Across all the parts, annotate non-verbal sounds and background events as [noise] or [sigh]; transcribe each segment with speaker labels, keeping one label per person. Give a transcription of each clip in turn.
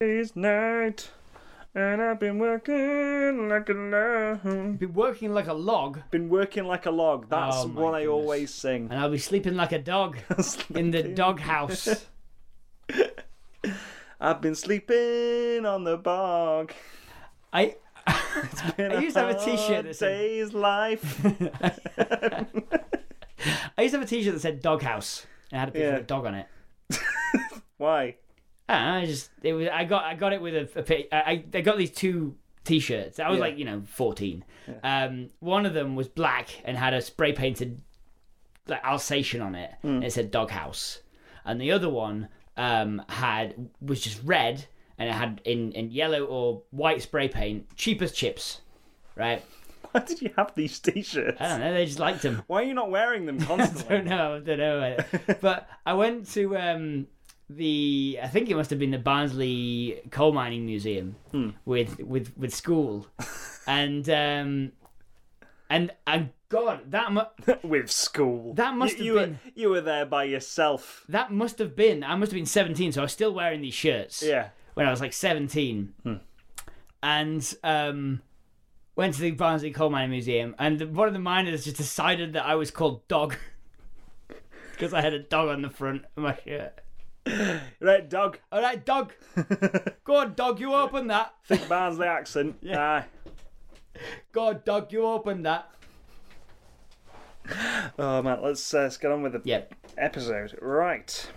Speaker 1: It's night, and I've been working like a log.
Speaker 2: Be working like a log,
Speaker 1: Been working like a log. That's
Speaker 2: Oh, my
Speaker 1: what I
Speaker 2: goodness.
Speaker 1: always sing.
Speaker 2: and I'll be sleeping like
Speaker 1: [laughs]
Speaker 2: a dog in the doghouse.
Speaker 1: I've been sleeping on the bog.
Speaker 2: I
Speaker 1: Been
Speaker 2: [laughs] I used to have a t-shirt
Speaker 1: hard
Speaker 2: that said-
Speaker 1: day's
Speaker 2: [laughs]
Speaker 1: life.
Speaker 2: I used to have a T-shirt that said doghouse and had a picture
Speaker 1: Yeah.
Speaker 2: of a dog on it.
Speaker 1: Why?
Speaker 2: I, don't know, I just it was I got I got it with a, a pic- I I- I got these two T-shirts. I was
Speaker 1: Yeah.
Speaker 2: like you know fourteen. Um, one of them was black and had a spray painted like Alsatian on it,
Speaker 1: Hmm.
Speaker 2: and it said doghouse. And the other one um had was just red and it had in in yellow or white spray paint cheap as chips, right?
Speaker 1: Why did you have these t-shirts?
Speaker 2: I don't know. They just liked them.
Speaker 1: Why are you not wearing them
Speaker 2: don't
Speaker 1: constantly?
Speaker 2: know. [laughs] I don't know. about it. but I went to um, the. I think it must have been the Barnsley Coal Mining Museum with with with school, and um, and and God, that mu-
Speaker 1: With school.
Speaker 2: That must
Speaker 1: you,
Speaker 2: have
Speaker 1: you
Speaker 2: been-
Speaker 1: Were, you were there by yourself.
Speaker 2: that must have been. I must have been seventeen, so I was still wearing these shirts.
Speaker 1: Yeah.
Speaker 2: when I was like 17. And um, went to the Barnsley Coal Mining Museum, and the- one of the miners just decided that I was called Dog [laughs] because I had a dog on the front of my shirt.
Speaker 1: Right,
Speaker 2: [laughs]
Speaker 1: dog. [laughs]
Speaker 2: All right, Dog, go on, Dog, you open that.
Speaker 1: Thick Barnsley accent. Yeah.
Speaker 2: Go on, Dog, you open that.
Speaker 1: oh man, let's uh, let's get on with the
Speaker 2: Yep.
Speaker 1: episode. Right.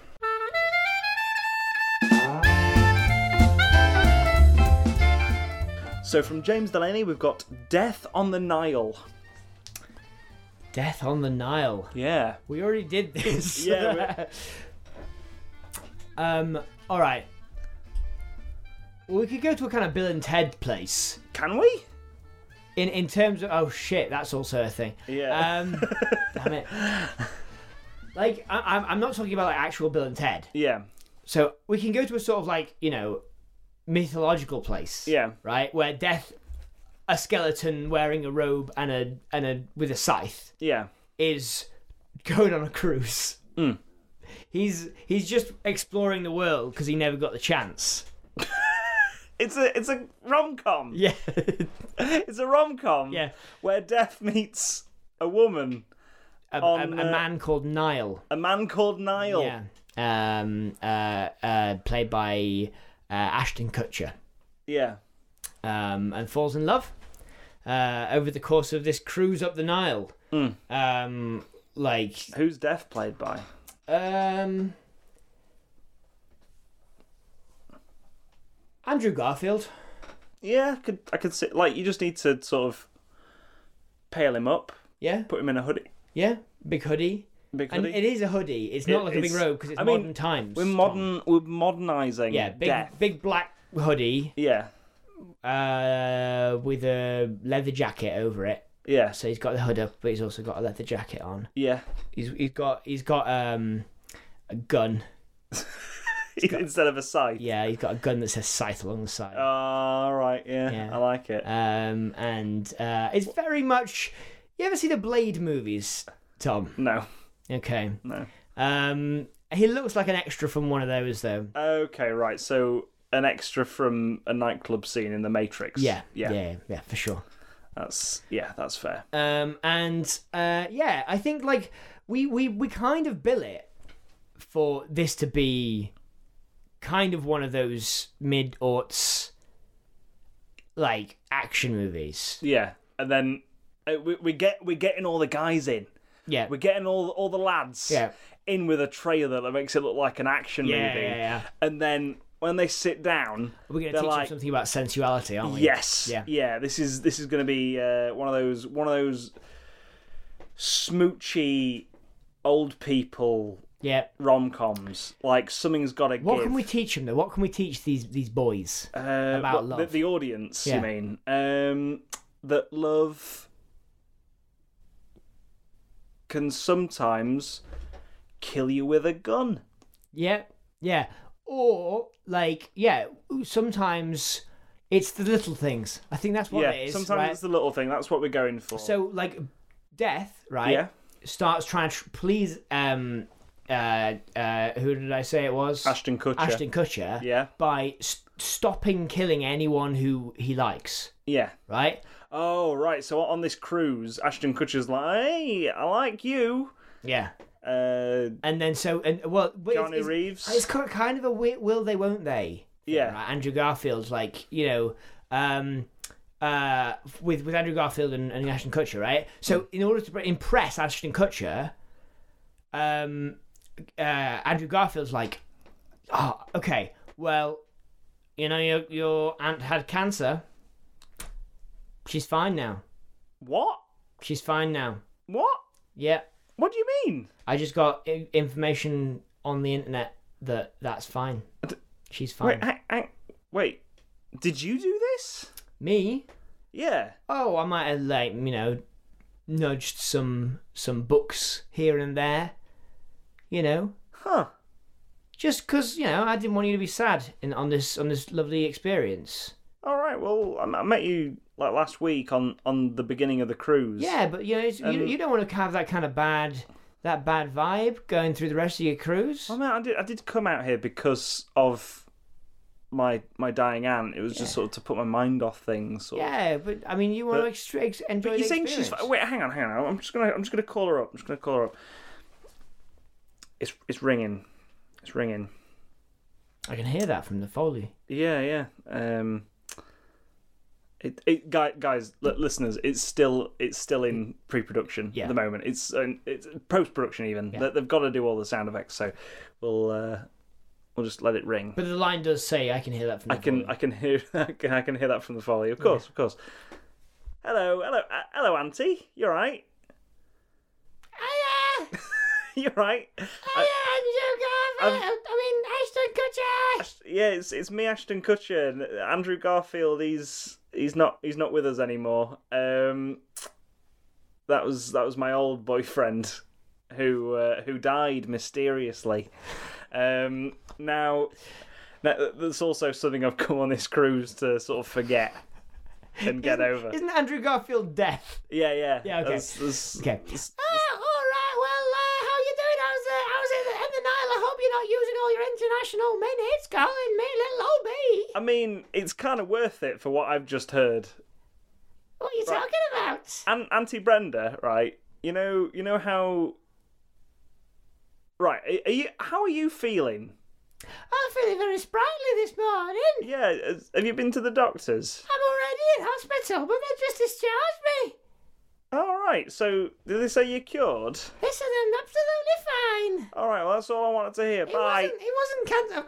Speaker 1: So from James Delaney, we've got Death on the Nile.
Speaker 2: Death on the Nile.
Speaker 1: Yeah.
Speaker 2: We already did [laughs] this.
Speaker 1: Yeah,
Speaker 2: [laughs] um. All right. Well, we could go to a kind of Bill and Ted place.
Speaker 1: Can we?
Speaker 2: In in terms of oh shit, that's also a thing.
Speaker 1: Yeah.
Speaker 2: Um, damn it. Like I, I'm I'm not talking about like actual Bill and Ted.
Speaker 1: yeah.
Speaker 2: So we can go to a sort of like you know mythological place.
Speaker 1: Yeah.
Speaker 2: Right, where death, a skeleton wearing a robe and a and a with a scythe
Speaker 1: Yeah.
Speaker 2: is going on a cruise.
Speaker 1: Hmm.
Speaker 2: He's he's just exploring the world because he never got the chance. [laughs]
Speaker 1: It's a it's a rom com.
Speaker 2: Yeah.
Speaker 1: [laughs] It's a rom com.
Speaker 2: Yeah.
Speaker 1: Where death meets a woman,
Speaker 2: a, a,
Speaker 1: On,
Speaker 2: a
Speaker 1: uh,
Speaker 2: man called Nile.
Speaker 1: a man called Niall.
Speaker 2: Yeah. Um, uh, uh, played by uh, Ashton Kutcher,
Speaker 1: Yeah.
Speaker 2: um, and falls in love uh, over the course of this cruise up the Nile.
Speaker 1: Hmm.
Speaker 2: Um, like,
Speaker 1: Who's death played by?
Speaker 2: um, Andrew Garfield.
Speaker 1: Yeah, I could I could see like you just need to sort of pale him up,
Speaker 2: Yeah,
Speaker 1: put him in a hoodie.
Speaker 2: yeah, big hoodie.
Speaker 1: Big
Speaker 2: And
Speaker 1: hoodie.
Speaker 2: it is a hoodie. It's not
Speaker 1: It-
Speaker 2: like a big
Speaker 1: it's-
Speaker 2: robe because it's
Speaker 1: I mean,
Speaker 2: modern times.
Speaker 1: we're
Speaker 2: Tom.
Speaker 1: modern we're modernizing
Speaker 2: Yeah, big
Speaker 1: death.
Speaker 2: big black hoodie
Speaker 1: Yeah.
Speaker 2: uh, with a leather jacket over it.
Speaker 1: Yeah.
Speaker 2: So he's got the hood up, but he's also got a leather jacket on.
Speaker 1: Yeah.
Speaker 2: He's he's got he's got um a gun.
Speaker 1: [laughs] Instead of a scythe.
Speaker 2: Yeah, he's got a gun that says scythe along the side.
Speaker 1: Oh. All right, yeah,
Speaker 2: Yeah.
Speaker 1: I like it.
Speaker 2: Um and uh it's very much you ever see the Blade movies, Tom?
Speaker 1: no,
Speaker 2: Okay.
Speaker 1: no.
Speaker 2: Um he looks like an extra from one of those though.
Speaker 1: Okay, right. So an extra from a nightclub scene in The Matrix.
Speaker 2: Yeah.
Speaker 1: yeah.
Speaker 2: Yeah, yeah, yeah for sure.
Speaker 1: That's yeah, that's fair.
Speaker 2: Um and uh yeah, I think like we we we kind of bill it for this to be kind of one of those mid aughts like action movies.
Speaker 1: Yeah, and then uh, we, we get we're getting all the guys in.
Speaker 2: Yeah.
Speaker 1: We're getting all all the lads
Speaker 2: Yeah.
Speaker 1: in with a trailer that makes it look like an action
Speaker 2: yeah,
Speaker 1: movie.
Speaker 2: yeah, yeah.
Speaker 1: And then when they sit down,
Speaker 2: We're going to
Speaker 1: They're
Speaker 2: teach them
Speaker 1: like-
Speaker 2: something about sensuality, aren't we?
Speaker 1: yes,
Speaker 2: Yeah.
Speaker 1: This is this is going to be uh, one of those one of those smoochy old people
Speaker 2: Yeah.
Speaker 1: rom coms. Like something's got to give.
Speaker 2: What can we teach them though? What can we teach these these boys?
Speaker 1: uh,
Speaker 2: about
Speaker 1: what-
Speaker 2: love?
Speaker 1: The, the audience,
Speaker 2: Yeah.
Speaker 1: you mean? Um, that love can sometimes kill you with a gun.
Speaker 2: Yeah. Yeah. Or like yeah, sometimes it's the little things. I think that's what
Speaker 1: yeah,
Speaker 2: it is.
Speaker 1: sometimes
Speaker 2: right?
Speaker 1: it's the little thing. That's what we're going for.
Speaker 2: So like death, right?
Speaker 1: yeah,
Speaker 2: Starts trying to tr- please um uh, uh, who did I say it was?
Speaker 1: Ashton Kutcher.
Speaker 2: Ashton Kutcher.
Speaker 1: Yeah.
Speaker 2: By st- stopping killing anyone who he likes,
Speaker 1: Yeah.
Speaker 2: right?
Speaker 1: Oh right. So on this cruise, Ashton Kutcher's like, "Hey, I like you."
Speaker 2: Yeah.
Speaker 1: Uh,
Speaker 2: And then so and well, but it's-
Speaker 1: Johnny
Speaker 2: it's,
Speaker 1: Reeves.
Speaker 2: It's ki- kind of a wi- will they, won't they? thing,
Speaker 1: Yeah.
Speaker 2: Right? Andrew Garfield's like, you know, um, uh, with with Andrew Garfield and, and Ashton Kutcher, right?
Speaker 1: Hmm.
Speaker 2: So in order to impress Ashton Kutcher, um, uh, Andrew Garfield's like, oh, okay, well, you know, your your aunt had cancer. She's fine now.
Speaker 1: what?
Speaker 2: She's fine now.
Speaker 1: What?
Speaker 2: Yeah.
Speaker 1: What do you mean?
Speaker 2: I just got i- information on the internet that that's fine. She's fine.
Speaker 1: Wait, hang, hang, wait. Did you do this?
Speaker 2: Me?
Speaker 1: Yeah.
Speaker 2: Oh, I might have like you know nudged some some books here and there. You know,
Speaker 1: Huh.
Speaker 2: just because you know I didn't want you to be sad in, on this on this lovely experience.
Speaker 1: All right. Well, I, I met you like last week on on the beginning of the cruise.
Speaker 2: Yeah, but you know it's,
Speaker 1: Um,
Speaker 2: you, you don't want to have that kind of bad that bad vibe going through the rest of your cruise.
Speaker 1: I mean, Oh, I did. I did come out here because of my my dying aunt. It was just sort of to put my mind off things. Sort of.
Speaker 2: Yeah, but I mean you want to extra, ex- enjoy.
Speaker 1: You're
Speaker 2: the
Speaker 1: saying she's
Speaker 2: experience.
Speaker 1: fi- wait? Hang on, hang on. I'm just gonna I'm just gonna call her up. I'm just gonna call her up. It's it's ringing. It's ringing.
Speaker 2: I can hear that from the foley.
Speaker 1: Yeah, yeah. Um, it, it, guy- guys, li- listeners, it's still it's still in pre-production
Speaker 2: Yeah.
Speaker 1: at the moment. It's um, it's post-production even. They, they've got to do all the sound effects, so we'll uh, we'll just let it ring.
Speaker 2: But the line does say I can hear that from. The
Speaker 1: I can I can hear [laughs] I can, I can hear that from the folly. Of course, of course. Hello, hello, uh, hello, Auntie. You're right. [laughs] You're right. Uh,
Speaker 2: I mean, Ashton Kutcher.
Speaker 1: Yeah, it's it's me, Ashton Kutcher. and Andrew Garfield. He's he's not he's not with us anymore. Um, that was that was my old boyfriend, who uh, who died mysteriously. Um, now, now, there's also something I've come on this cruise to sort of forget and get over.
Speaker 2: Isn't Andrew Garfield deaf?
Speaker 1: Yeah, yeah,
Speaker 2: Yeah, okay.
Speaker 1: That's- that's-
Speaker 2: Okay.
Speaker 1: that's-
Speaker 2: all right. Well, uh, how you doing? I was, uh, I was in the, in the Nile. I hope you're not using all your international minutes calling me little old me.
Speaker 1: I mean, it's kind of worth it for what I've just heard.
Speaker 2: What are you talking about?
Speaker 1: An- Auntie Brenda, right? You know, you know how. Right, are- are you? How are you feeling?
Speaker 2: I'm feeling very sprightly this morning.
Speaker 1: Yeah, has- have you been to the doctors?
Speaker 2: I'm already in hospital, but they just discharged me.
Speaker 1: All right. So, did they say you're cured?
Speaker 2: They said I'm absolutely fine.
Speaker 1: All right. Well, that's all I wanted to hear.
Speaker 2: It
Speaker 1: Bye. Oh,
Speaker 2: wasn't. It wasn't cancer.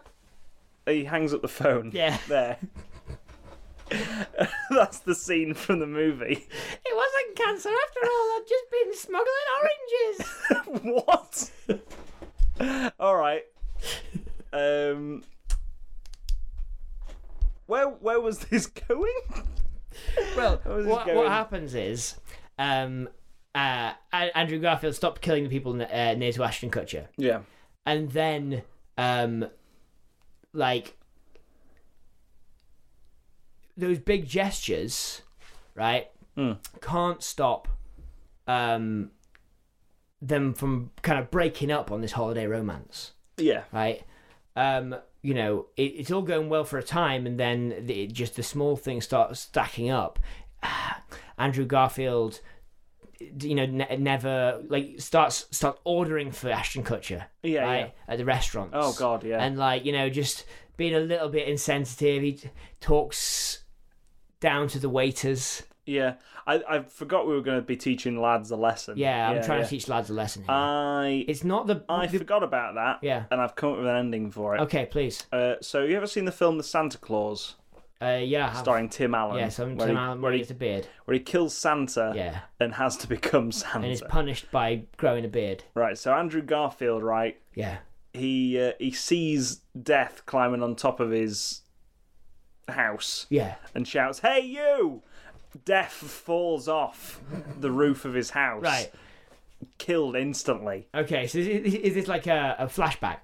Speaker 1: He hangs up the phone.
Speaker 2: Yeah.
Speaker 1: There. [laughs] that's the scene from the movie. [laughs]
Speaker 2: It wasn't cancer after all. I've just been smuggling oranges.
Speaker 1: what? All right. Um. Where where was this [laughs] going?
Speaker 2: Well,
Speaker 1: is
Speaker 2: what,
Speaker 1: going?
Speaker 2: what happens is, um, uh, A- Andrew Garfield stopped killing the people n- uh, near to Ashton Kutcher,
Speaker 1: Yeah.
Speaker 2: and then, um, like those big gestures, right, can't stop, um, them from kind of breaking up on this holiday romance,
Speaker 1: Yeah.
Speaker 2: right? Um, you know, it, it's all going well for a time, and then the, it just the small things start stacking up. [sighs] Andrew Garfield, you know, ne- never like starts start ordering for Ashton Kutcher,
Speaker 1: Yeah,
Speaker 2: right, at the restaurants.
Speaker 1: Oh God, yeah.
Speaker 2: and like you know, just being a little bit insensitive. He talks down to the waiters.
Speaker 1: yeah. I, I forgot we were going to be teaching lads a lesson.
Speaker 2: Yeah, I'm trying
Speaker 1: yeah. Um,
Speaker 2: to teach lads a lesson. Here.
Speaker 1: I
Speaker 2: it's not the,
Speaker 1: I
Speaker 2: the-
Speaker 1: forgot about that.
Speaker 2: Yeah.
Speaker 1: And I've come up with an ending for it.
Speaker 2: okay, please.
Speaker 1: Uh, so you ever seen the film The Santa Claus,
Speaker 2: Uh, yeah, I have.
Speaker 1: starring Tim Allen?
Speaker 2: yeah. Some
Speaker 1: where
Speaker 2: Tim
Speaker 1: he,
Speaker 2: Allen
Speaker 1: where he,
Speaker 2: gets a beard.
Speaker 1: where he kills Santa
Speaker 2: Yeah.
Speaker 1: and has to [laughs] become Santa.
Speaker 2: and is punished by growing a beard.
Speaker 1: Right. So Andrew Garfield, right?
Speaker 2: Yeah.
Speaker 1: he uh, he sees death climbing on top of his house
Speaker 2: Yeah.
Speaker 1: and shouts, "Hey you!" Death falls off the roof of his house,
Speaker 2: Right.
Speaker 1: killed instantly.
Speaker 2: Okay. So is, is this like a, a flashback?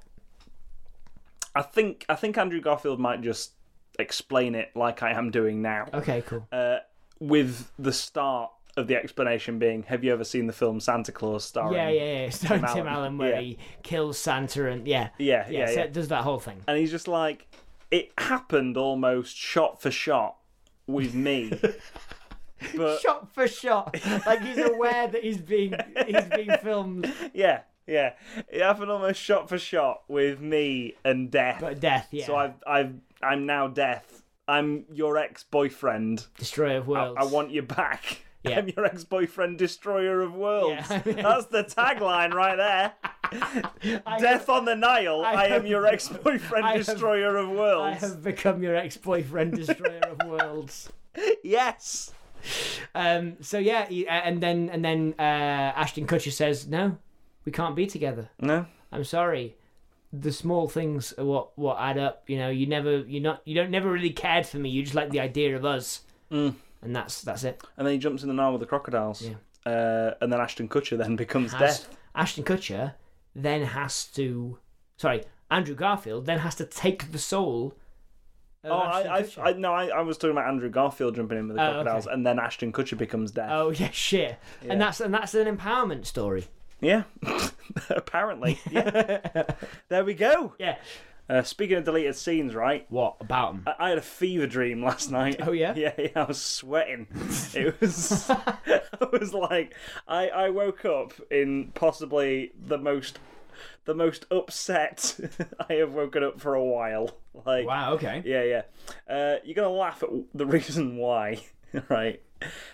Speaker 1: I think I think Andrew Garfield might just explain it like I am doing now,
Speaker 2: Okay. Cool.
Speaker 1: uh, with the start of the explanation being, "Have you ever seen the film Santa Claus?" Starring
Speaker 2: Yeah, yeah, yeah. Starring Tim,
Speaker 1: Allen.
Speaker 2: Allen, where
Speaker 1: Yeah.
Speaker 2: he kills Santa and yeah,
Speaker 1: Yeah,
Speaker 2: yeah,
Speaker 1: yeah,
Speaker 2: so
Speaker 1: yeah.
Speaker 2: it does that whole thing.
Speaker 1: and he's just like, "It happened almost shot for shot with
Speaker 2: [laughs]
Speaker 1: me." but
Speaker 2: Shot
Speaker 1: [laughs]
Speaker 2: for shot, like he's aware that he's being he's being filmed,
Speaker 1: yeah, yeah, it happened almost shot for shot with me and death.
Speaker 2: but death. Yeah,
Speaker 1: So I've, I've, I'm now death. I'm your ex-boyfriend.
Speaker 2: destroyer of worlds.
Speaker 1: I want you back. [laughs]
Speaker 2: Yeah.
Speaker 1: I'm your ex-boyfriend, destroyer of worlds.
Speaker 2: Yeah. [laughs]
Speaker 1: That's the tagline right there. Death on the Nile. I, am
Speaker 2: have-
Speaker 1: your ex-boyfriend,
Speaker 2: I have-
Speaker 1: destroyer of
Speaker 2: I
Speaker 1: worlds.
Speaker 2: have become your ex-boyfriend, destroyer of worlds.
Speaker 1: Yes.
Speaker 2: Um. So yeah, he, uh, and then and then uh, Ashton Kutcher says, "No, we can't be together.
Speaker 1: No.
Speaker 2: I'm sorry." The small things are what what add up. You know, you never you not you don't never really cared for me. You just like the idea of us,
Speaker 1: Mm.
Speaker 2: and that's that's it.
Speaker 1: And then he jumps in the Nile with the crocodiles.
Speaker 2: Yeah.
Speaker 1: Uh, and then Ashton Kutcher then [laughs] becomes
Speaker 2: has-
Speaker 1: death.
Speaker 2: Ashton Kutcher then has to, sorry, Andrew Garfield then has to take the soul. Of
Speaker 1: Oh,
Speaker 2: Ashton
Speaker 1: I, I,
Speaker 2: Kutcher.
Speaker 1: I, no, I, I was talking about Andrew Garfield jumping in with the
Speaker 2: Oh,
Speaker 1: crocodiles,
Speaker 2: okay.
Speaker 1: and then Ashton Kutcher becomes death.
Speaker 2: Oh yeah, shit, and that's and that's an empowerment story.
Speaker 1: Yeah, [laughs] apparently. Yeah.
Speaker 2: [laughs]
Speaker 1: there we go.
Speaker 2: Yeah. Uh,
Speaker 1: Uh, speaking of deleted scenes, right?
Speaker 2: What about him?
Speaker 1: I- I had a fever dream
Speaker 2: [laughs]
Speaker 1: last night.
Speaker 2: Oh, yeah?
Speaker 1: yeah, yeah. I was
Speaker 2: [laughs]
Speaker 1: sweating. It was, [laughs] I was like, I, I woke up in possibly the most, the most upset [laughs] I have woken up for a while. Like,
Speaker 2: wow. Okay.
Speaker 1: yeah, yeah. Uh, you're gonna laugh at the [laughs] reason why, right?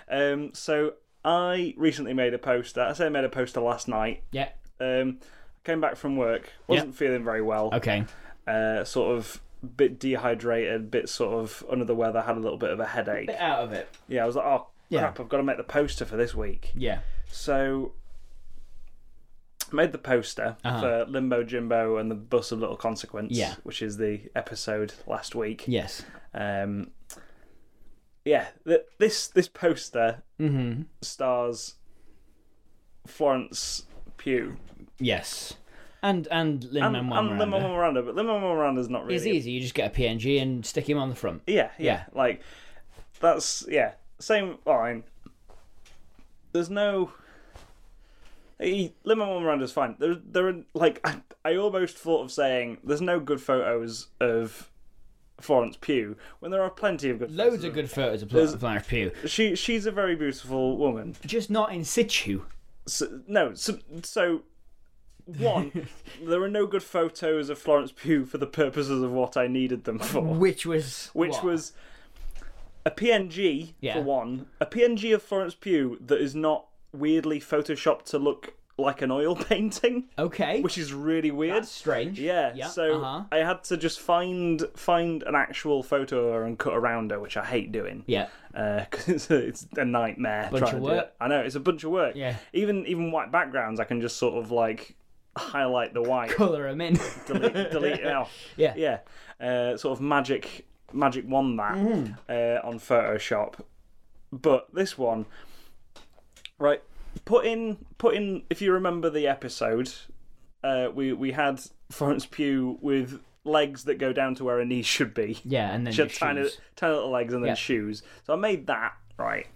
Speaker 1: Um, so I recently made a poster. I say I made a poster last night.
Speaker 2: Yeah.
Speaker 1: Um, came back from work, wasn't feeling very well
Speaker 2: Okay.
Speaker 1: uh, sort of bit dehydrated, bit sort of under the weather, had a little bit of a headache.
Speaker 2: Out of it.
Speaker 1: Yeah, I was like, oh
Speaker 2: Yeah.
Speaker 1: crap, I've got to make the poster for this week.
Speaker 2: Yeah.
Speaker 1: So made the poster for Limbo Jimbo and the Bus of Little Consequence,
Speaker 2: Uh-huh. Yeah.
Speaker 1: which is the episode last week.
Speaker 2: Yes.
Speaker 1: Um, yeah, th- this this poster
Speaker 2: Mm-hmm.
Speaker 1: stars Florence Pugh
Speaker 2: Yes. And and Lin
Speaker 1: and, and Lin Manuel Miranda, but Lin Manuel Miranda's not really
Speaker 2: It's easy. You just get a PNG and stick him on the front.
Speaker 1: Yeah, yeah. Like that's yeah. Same line. There's no. He, Lin-Manuel Miranda's fine. There, there are like I, I almost thought of saying there's no good photos of Florence Pugh when there are plenty of good.
Speaker 2: Loads
Speaker 1: photos
Speaker 2: of good photos of Pl- Florence Pugh.
Speaker 1: She she's a very beautiful woman.
Speaker 2: Just not in situ.
Speaker 1: So, no, so, so
Speaker 2: [laughs]
Speaker 1: one, there are no good photos of Florence Pugh for the purposes of what I needed them for.
Speaker 2: Which was
Speaker 1: which
Speaker 2: what?
Speaker 1: was a PNG
Speaker 2: Yeah.
Speaker 1: for one, a PNG of Florence Pugh that is not weirdly photoshopped to look like an oil [laughs] painting,
Speaker 2: okay.
Speaker 1: which is really weird.
Speaker 2: That's strange.
Speaker 1: yeah, so
Speaker 2: uh-huh.
Speaker 1: I had to just find find an actual photo of her and cut around her, which I hate doing.
Speaker 2: yeah.
Speaker 1: [laughs] because it's, a, it's a nightmare
Speaker 2: Bunch
Speaker 1: trying
Speaker 2: of
Speaker 1: to do
Speaker 2: work.
Speaker 1: it. I know it's a bunch of work.
Speaker 2: Yeah.
Speaker 1: even even white backgrounds, I can just sort of like highlight the white,
Speaker 2: Color him in. [laughs]
Speaker 1: delete, delete it out
Speaker 2: yeah.
Speaker 1: yeah, uh, sort of magic magic wand that uh, on Photoshop. But this one, right? Put in put in if you remember the episode, uh, we we had Florence Pugh with legs that go down to where her knees should be.
Speaker 2: Yeah, and then
Speaker 1: She
Speaker 2: your
Speaker 1: had tiny,
Speaker 2: shoes.
Speaker 1: tiny little legs and then
Speaker 2: Yeah.
Speaker 1: shoes. So I made that right.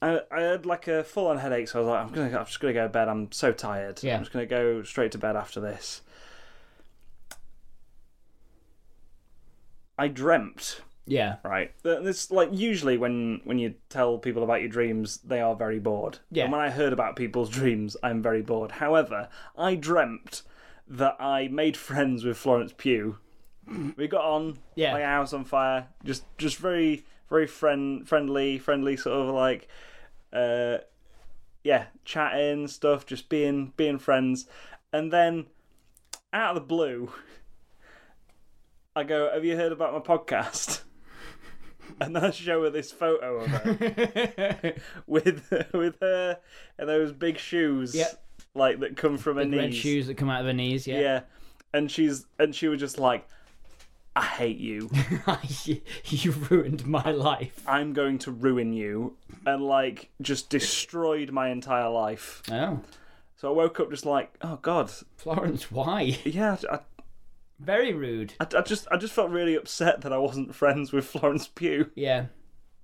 Speaker 1: I, I had like a full on headache, so I was like, I'm gonna, I'm just gonna go to bed. I'm so tired.
Speaker 2: Yeah.
Speaker 1: I'm just gonna go straight to bed after this. I dreamt [laughs]
Speaker 2: Yeah,
Speaker 1: right. Th- This like usually when when you tell people about your dreams, they are very bored.
Speaker 2: Yeah.
Speaker 1: And when I heard about people's [laughs] dreams, I'm very bored. However, I dreamt that I made friends with Florence
Speaker 2: [clears throat]
Speaker 1: Pugh. We got on,
Speaker 2: Yeah.
Speaker 1: like a house on fire, just just very very friend friendly friendly sort of like, uh, yeah, chatting stuff, just being being friends, and then out of the blue. [laughs] I go, Have you heard about my podcast? [laughs] And then I show her this photo of
Speaker 2: [laughs]
Speaker 1: her with with her and those big shoes
Speaker 2: Yep.
Speaker 1: like that come from her
Speaker 2: red
Speaker 1: knees.
Speaker 2: shoes that come out of her knees. Yeah,
Speaker 1: Yeah. And she's and she was just like, I hate you.
Speaker 2: [laughs] you ruined my life.
Speaker 1: I'm going to ruin you and like just destroyed my entire life.
Speaker 2: Oh,
Speaker 1: So I woke up just like, oh god. [laughs]
Speaker 2: Florence, why?
Speaker 1: Yeah, I,
Speaker 2: Very rude.
Speaker 1: I, I just I just felt really upset that I wasn't friends with Florence Pugh.
Speaker 2: Yeah,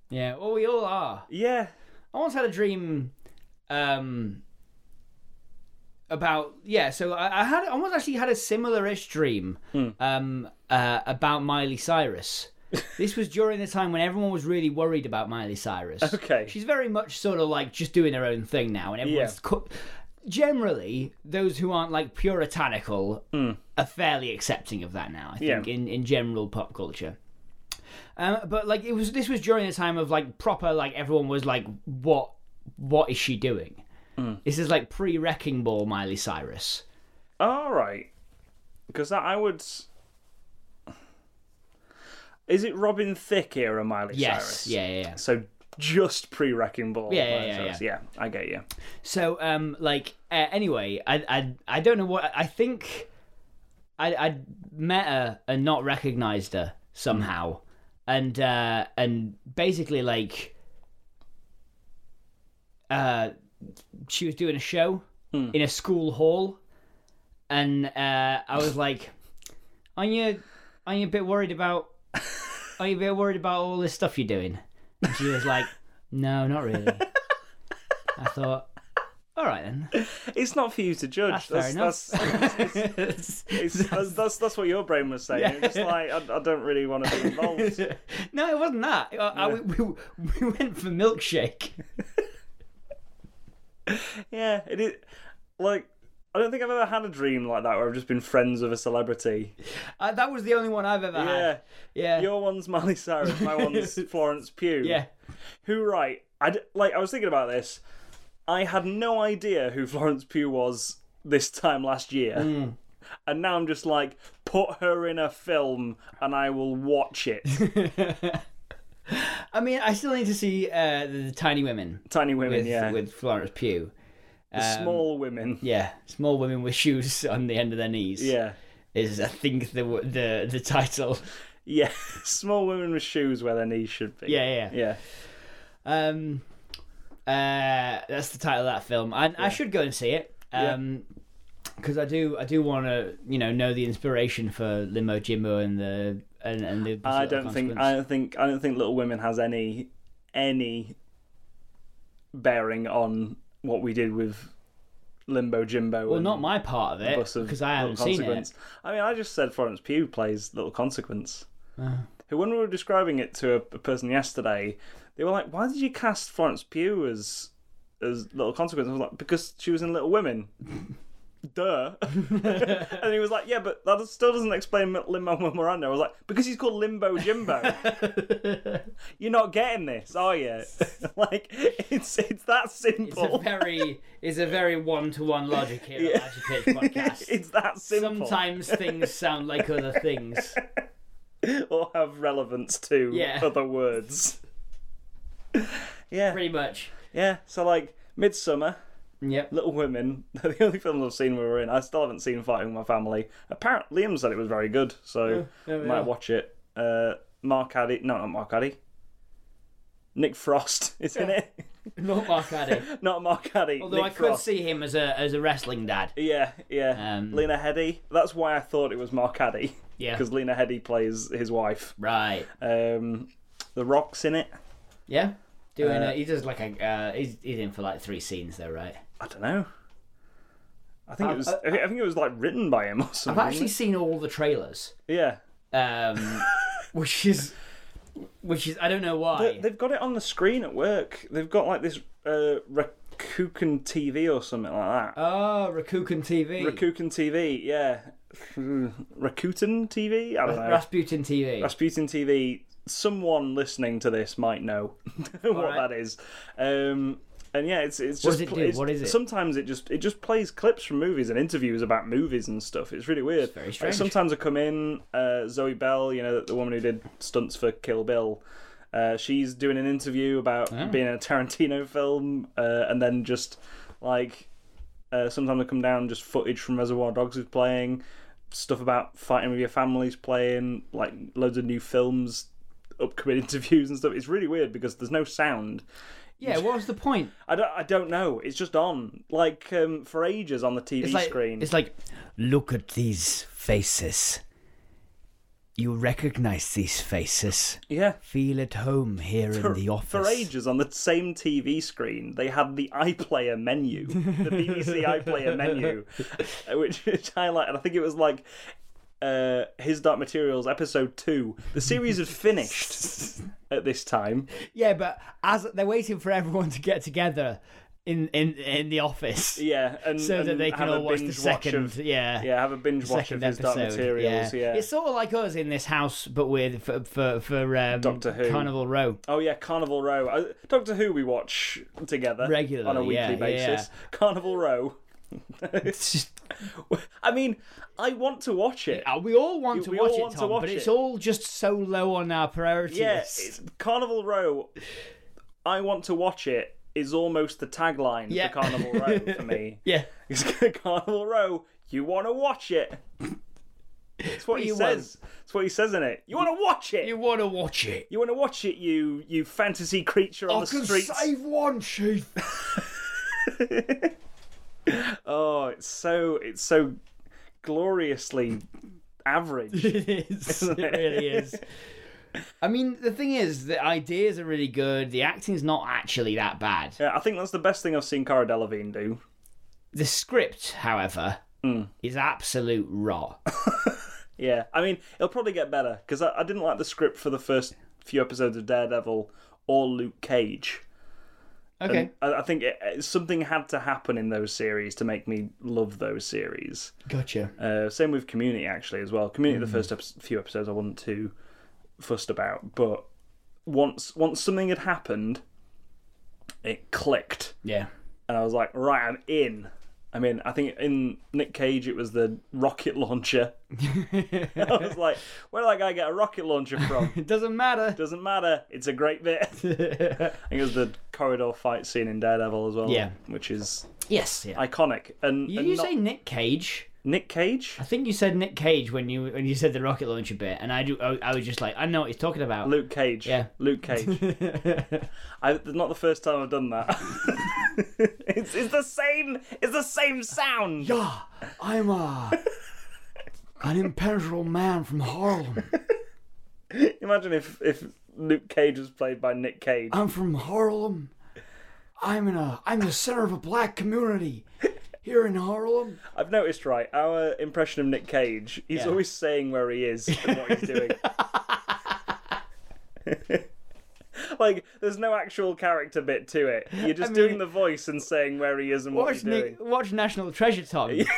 Speaker 2: yeah. Well, we all are.
Speaker 1: Yeah.
Speaker 2: I once had a dream um about yeah so i, I had I almost actually had a similar-ish dream um uh, about miley cyrus this was during the time when everyone was really worried about miley cyrus
Speaker 1: Okay.
Speaker 2: she's very much sort of like just doing her own thing now and everyone's
Speaker 1: Yeah.
Speaker 2: co- generally those who aren't like puritanical are fairly accepting of that now i think
Speaker 1: Hmm. Yeah.
Speaker 2: in, in general pop culture um, but like it was this was during a time of like proper like everyone was like what what is she doing
Speaker 1: Hmm.
Speaker 2: this is like pre Wrecking Ball Miley Cyrus.
Speaker 1: All right, because that I would. Is it Robin Thicke era Miley
Speaker 2: Yes.
Speaker 1: Cyrus?
Speaker 2: Yeah, yeah, yeah.
Speaker 1: So just pre Wrecking Ball.
Speaker 2: Yeah, yeah,
Speaker 1: Miley
Speaker 2: yeah,
Speaker 1: Cyrus. yeah. I get you.
Speaker 2: So um like uh, anyway, I I I don't know what I think I I met her and not recognized her somehow. And uh and basically like uh she was doing a show in a school hall and uh I was like are you are you a bit worried about are you a bit worried about all this stuff you're doing? And she was like, No, not really. I thought, all right then.
Speaker 1: It's not for you to judge.
Speaker 2: That's fair
Speaker 1: That's,
Speaker 2: It's-
Speaker 1: [laughs] it's, that's, that's that's what your brain was saying. It's like I, I don't really want to be
Speaker 2: [laughs]
Speaker 1: involved.
Speaker 2: no, it wasn't that. I, I- we, we, we went for milkshake.
Speaker 1: yeah, it is. Like I don't think I've ever had a dream like that where I've just been friends with a celebrity.
Speaker 2: Uh, that was the only one I've ever
Speaker 1: Yeah,
Speaker 2: had. Yeah.
Speaker 1: your one's Miley Cyrus, my
Speaker 2: [laughs]
Speaker 1: one's Florence Pugh.
Speaker 2: yeah.
Speaker 1: who right i d- like i was thinking about this i had no idea who [laughs] florence pugh was this time last year
Speaker 2: Hmm.
Speaker 1: and now i'm just like put her in a film and i will watch
Speaker 2: [laughs]
Speaker 1: it
Speaker 2: I mean, I still need to see uh, the, the Tiny Women
Speaker 1: tiny women
Speaker 2: with,
Speaker 1: yeah
Speaker 2: with Florence Pugh. Um,
Speaker 1: small women
Speaker 2: Yeah, small women with shoes on the end of their knees.
Speaker 1: yeah
Speaker 2: is I think the the the title.
Speaker 1: yeah [laughs] small women with shoes where their knees should be
Speaker 2: Yeah, yeah.
Speaker 1: yeah
Speaker 2: Um, uh, that's the title of that film, and I should go and see it.
Speaker 1: Yeah.
Speaker 2: Um, because I do I do want to you know know the inspiration for Limo Jimbo and the and, and the.
Speaker 1: i don't think i don't think i don't think little women has any any bearing on what we did with limbo jimbo
Speaker 2: well, not my part of it
Speaker 1: bus of
Speaker 2: because I haven't
Speaker 1: Little
Speaker 2: seen
Speaker 1: consequence.
Speaker 2: it.
Speaker 1: I mean, I just said Florence Pugh plays Little Consequence.
Speaker 2: Ah.
Speaker 1: Who, when we were describing it to a, a person yesterday, they were like, "Why did you cast Florence Pugh as as Little Consequence?" I was like, "Because she was in Little
Speaker 2: [laughs]
Speaker 1: Women." Duh. [laughs] and he was like, "Yeah, but that still doesn't explain Limbo Miranda." I was like, "Because he's called Limbo
Speaker 2: [laughs]
Speaker 1: Jimbo." You're not getting this, are you? [laughs] like, it's it's that
Speaker 2: [laughs] It's a
Speaker 1: simple. [laughs]
Speaker 2: very it's a very one to one logic here at Larger Pitch
Speaker 1: It's,
Speaker 2: podcast.
Speaker 1: that [laughs] simple.
Speaker 2: Sometimes things sound like other things.
Speaker 1: [laughs] or have relevance to
Speaker 2: Yeah.
Speaker 1: other words. yeah,
Speaker 2: Pretty much.
Speaker 1: yeah. So like Midsummer,
Speaker 2: Yep.
Speaker 1: Little Women, [laughs] they're the only films I've seen we were in. I still haven't seen Fighting with My Family. Apparently, Liam said it was very good, so
Speaker 2: there we
Speaker 1: might
Speaker 2: are.
Speaker 1: watch it. Uh, Mark Addy, no, not Mark Addy. Nick Frost [laughs] is in it.
Speaker 2: Not Mark Addy.
Speaker 1: [laughs] not Mark Addy.
Speaker 2: Although
Speaker 1: Nick
Speaker 2: I could
Speaker 1: Frost.
Speaker 2: see him as a as a wrestling dad.
Speaker 1: Yeah, yeah.
Speaker 2: Um,
Speaker 1: Lena Headey. That's why I thought it was Mark Addy. [laughs]
Speaker 2: Yeah.
Speaker 1: Because Lena Headey plays his wife.
Speaker 2: Right.
Speaker 1: Um, the Rock's in it.
Speaker 2: Yeah. Doing uh, he does like a uh, he's he's in for like three scenes though, right?
Speaker 1: I don't know. I think it was.
Speaker 2: I-
Speaker 1: I, think it was like written by him or
Speaker 2: Uh, I've
Speaker 1: something.
Speaker 2: actually seen all the trailers,
Speaker 1: yeah. [laughs]
Speaker 2: um, which is which is I don't know why.
Speaker 1: They, have got it on the screen at work. They've got like this uh, Rakuten TV or something like that.
Speaker 2: oh, Rakuten TV,
Speaker 1: Rakuten TV, yeah. [laughs] Rakuten TV. I don't know.
Speaker 2: Rasputin TV.
Speaker 1: Rasputin TV. Someone listening to this might know [laughs] what
Speaker 2: Alright.
Speaker 1: that is. Um, and yeah, it's it's
Speaker 2: What
Speaker 1: just
Speaker 2: does it
Speaker 1: pl-
Speaker 2: do?
Speaker 1: it's-
Speaker 2: What is it?
Speaker 1: Sometimes it just it just plays clips from movies and interviews about movies and stuff. It's really weird.
Speaker 2: very
Speaker 1: Like,
Speaker 2: strange.
Speaker 1: sometimes I come in. Uh, Zoe Bell, you know the woman who did stunts for Kill Bill. Uh, she's doing an interview about
Speaker 2: Oh.
Speaker 1: being in a Tarantino film, uh, and then just like uh, sometimes I come down just footage from Reservoir Dogs is playing, stuff about fighting with your families playing, like loads of new films, upcoming [laughs] interviews and stuff. It's really weird because there's no sound.
Speaker 2: yeah, what was the point?
Speaker 1: I don't, I don't know. It's just on like um, for ages on the TV
Speaker 2: It's like
Speaker 1: screen.
Speaker 2: it's like look at these faces. You recognize these faces.
Speaker 1: Yeah.
Speaker 2: Feel at home here in the office.
Speaker 1: For ages on the same TV screen, they had the iPlayer menu,
Speaker 2: [laughs]
Speaker 1: the BBC iPlayer menu, uh, which, which highlighted. I think it was like uh, His Dark Materials episode two. The series had
Speaker 2: [laughs]
Speaker 1: finished at this time.
Speaker 2: Yeah, but as they're waiting for everyone to get together in in in the office,
Speaker 1: Yeah, and
Speaker 2: so that
Speaker 1: and
Speaker 2: they can
Speaker 1: have a
Speaker 2: all watch the
Speaker 1: binge watch
Speaker 2: second.
Speaker 1: of-
Speaker 2: yeah.
Speaker 1: yeah, have a binge watch of
Speaker 2: Second
Speaker 1: His
Speaker 2: episode,
Speaker 1: Dark Materials. Yeah.
Speaker 2: it's sort of like us in this house, but with for for, for um,
Speaker 1: Doctor Who.
Speaker 2: Carnival Row.
Speaker 1: Oh yeah, Carnival Row. Uh, Doctor Who we watch together
Speaker 2: Regularly,
Speaker 1: on a weekly
Speaker 2: yeah, yeah,
Speaker 1: basis. Carnival
Speaker 2: [laughs]
Speaker 1: Row.
Speaker 2: It's just
Speaker 1: I mean, I want to watch it.
Speaker 2: Uh, we all want to
Speaker 1: We
Speaker 2: watch
Speaker 1: all
Speaker 2: it,
Speaker 1: want to
Speaker 2: Tom,
Speaker 1: watch
Speaker 2: but it's
Speaker 1: it.
Speaker 2: all just so low on our priority
Speaker 1: Yeah,
Speaker 2: list.
Speaker 1: it's, Carnival Row. I want to watch it is almost the tagline
Speaker 2: Yeah.
Speaker 1: for Carnival Row
Speaker 2: [laughs]
Speaker 1: for me.
Speaker 2: Yeah,
Speaker 1: It's [laughs] Carnival Row. You want to watch it. It's
Speaker 2: [laughs]
Speaker 1: what he
Speaker 2: you
Speaker 1: says. It's what he says in it. You want to watch it.
Speaker 2: you
Speaker 1: You,
Speaker 2: want to watch it?
Speaker 1: want to watch it. You you fantasy creature on
Speaker 2: I
Speaker 1: the
Speaker 2: can
Speaker 1: streets.
Speaker 2: Oh, save one sheep.
Speaker 1: [laughs] Oh, it's so it's so gloriously
Speaker 2: [laughs]
Speaker 1: average.
Speaker 2: it is. It really is. I mean, the thing is, the ideas are really good. The acting's not actually that bad.
Speaker 1: yeah, I think that's the best thing I've seen Cara Delevingne do.
Speaker 2: The script, however,
Speaker 1: Hmm.
Speaker 2: is absolute
Speaker 1: [laughs]
Speaker 2: rot.
Speaker 1: Yeah, I mean, it'll probably get better because I, I didn't like the script for the first few episodes of Daredevil or Luke Cage.
Speaker 2: Okay.
Speaker 1: I, I think it, it- something had to happen in those series to make me love those series.
Speaker 2: Gotcha.
Speaker 1: Uh, same with Community actually as well. Community, the first epi- few episodes, I wasn't too fussed about, but once once something had happened, it clicked.
Speaker 2: Yeah.
Speaker 1: and I was like, right, I'm in. I mean, I think in Nick Cage it was the rocket launcher. [laughs] I was like, where did that guy get a rocket launcher
Speaker 2: [laughs]
Speaker 1: from?
Speaker 2: It doesn't matter.
Speaker 1: Doesn't matter. It's a great
Speaker 2: [laughs]
Speaker 1: bit. I think it was the corridor fight scene in Daredevil as well.
Speaker 2: Yeah.
Speaker 1: which is
Speaker 2: Yes. Yeah.
Speaker 1: iconic. And
Speaker 2: Did
Speaker 1: and
Speaker 2: you
Speaker 1: not-
Speaker 2: say Nick Cage?
Speaker 1: Nick Cage,
Speaker 2: I think you said Nick Cage when you when you said the rocket launcher bit, and I do. I, I was just like, I know what he's talking about.
Speaker 1: Luke Cage.
Speaker 2: Yeah.
Speaker 1: Luke
Speaker 2: [laughs]
Speaker 1: Cage. I, not the first time I've done that. [laughs] it's, it's the same. It's the same sound.
Speaker 2: Yeah, Ah,
Speaker 1: [laughs]
Speaker 2: I'm a an impenetrable man from Harlem.
Speaker 1: Imagine if if Luke Cage was played by Nick Cage.
Speaker 2: I'm from Harlem. I'm in a I'm the center of a black community here in Harlem.
Speaker 1: I've noticed, right, our impression of Nick Cage, he's
Speaker 2: Yeah.
Speaker 1: always saying where he is and what he's
Speaker 2: [laughs]
Speaker 1: doing. [laughs] like, there's no actual character bit to it. You're just
Speaker 2: I mean-
Speaker 1: doing the voice and saying where he is and what he's
Speaker 2: Watch
Speaker 1: doing.
Speaker 2: Nick, watch National Treasure, Tom, because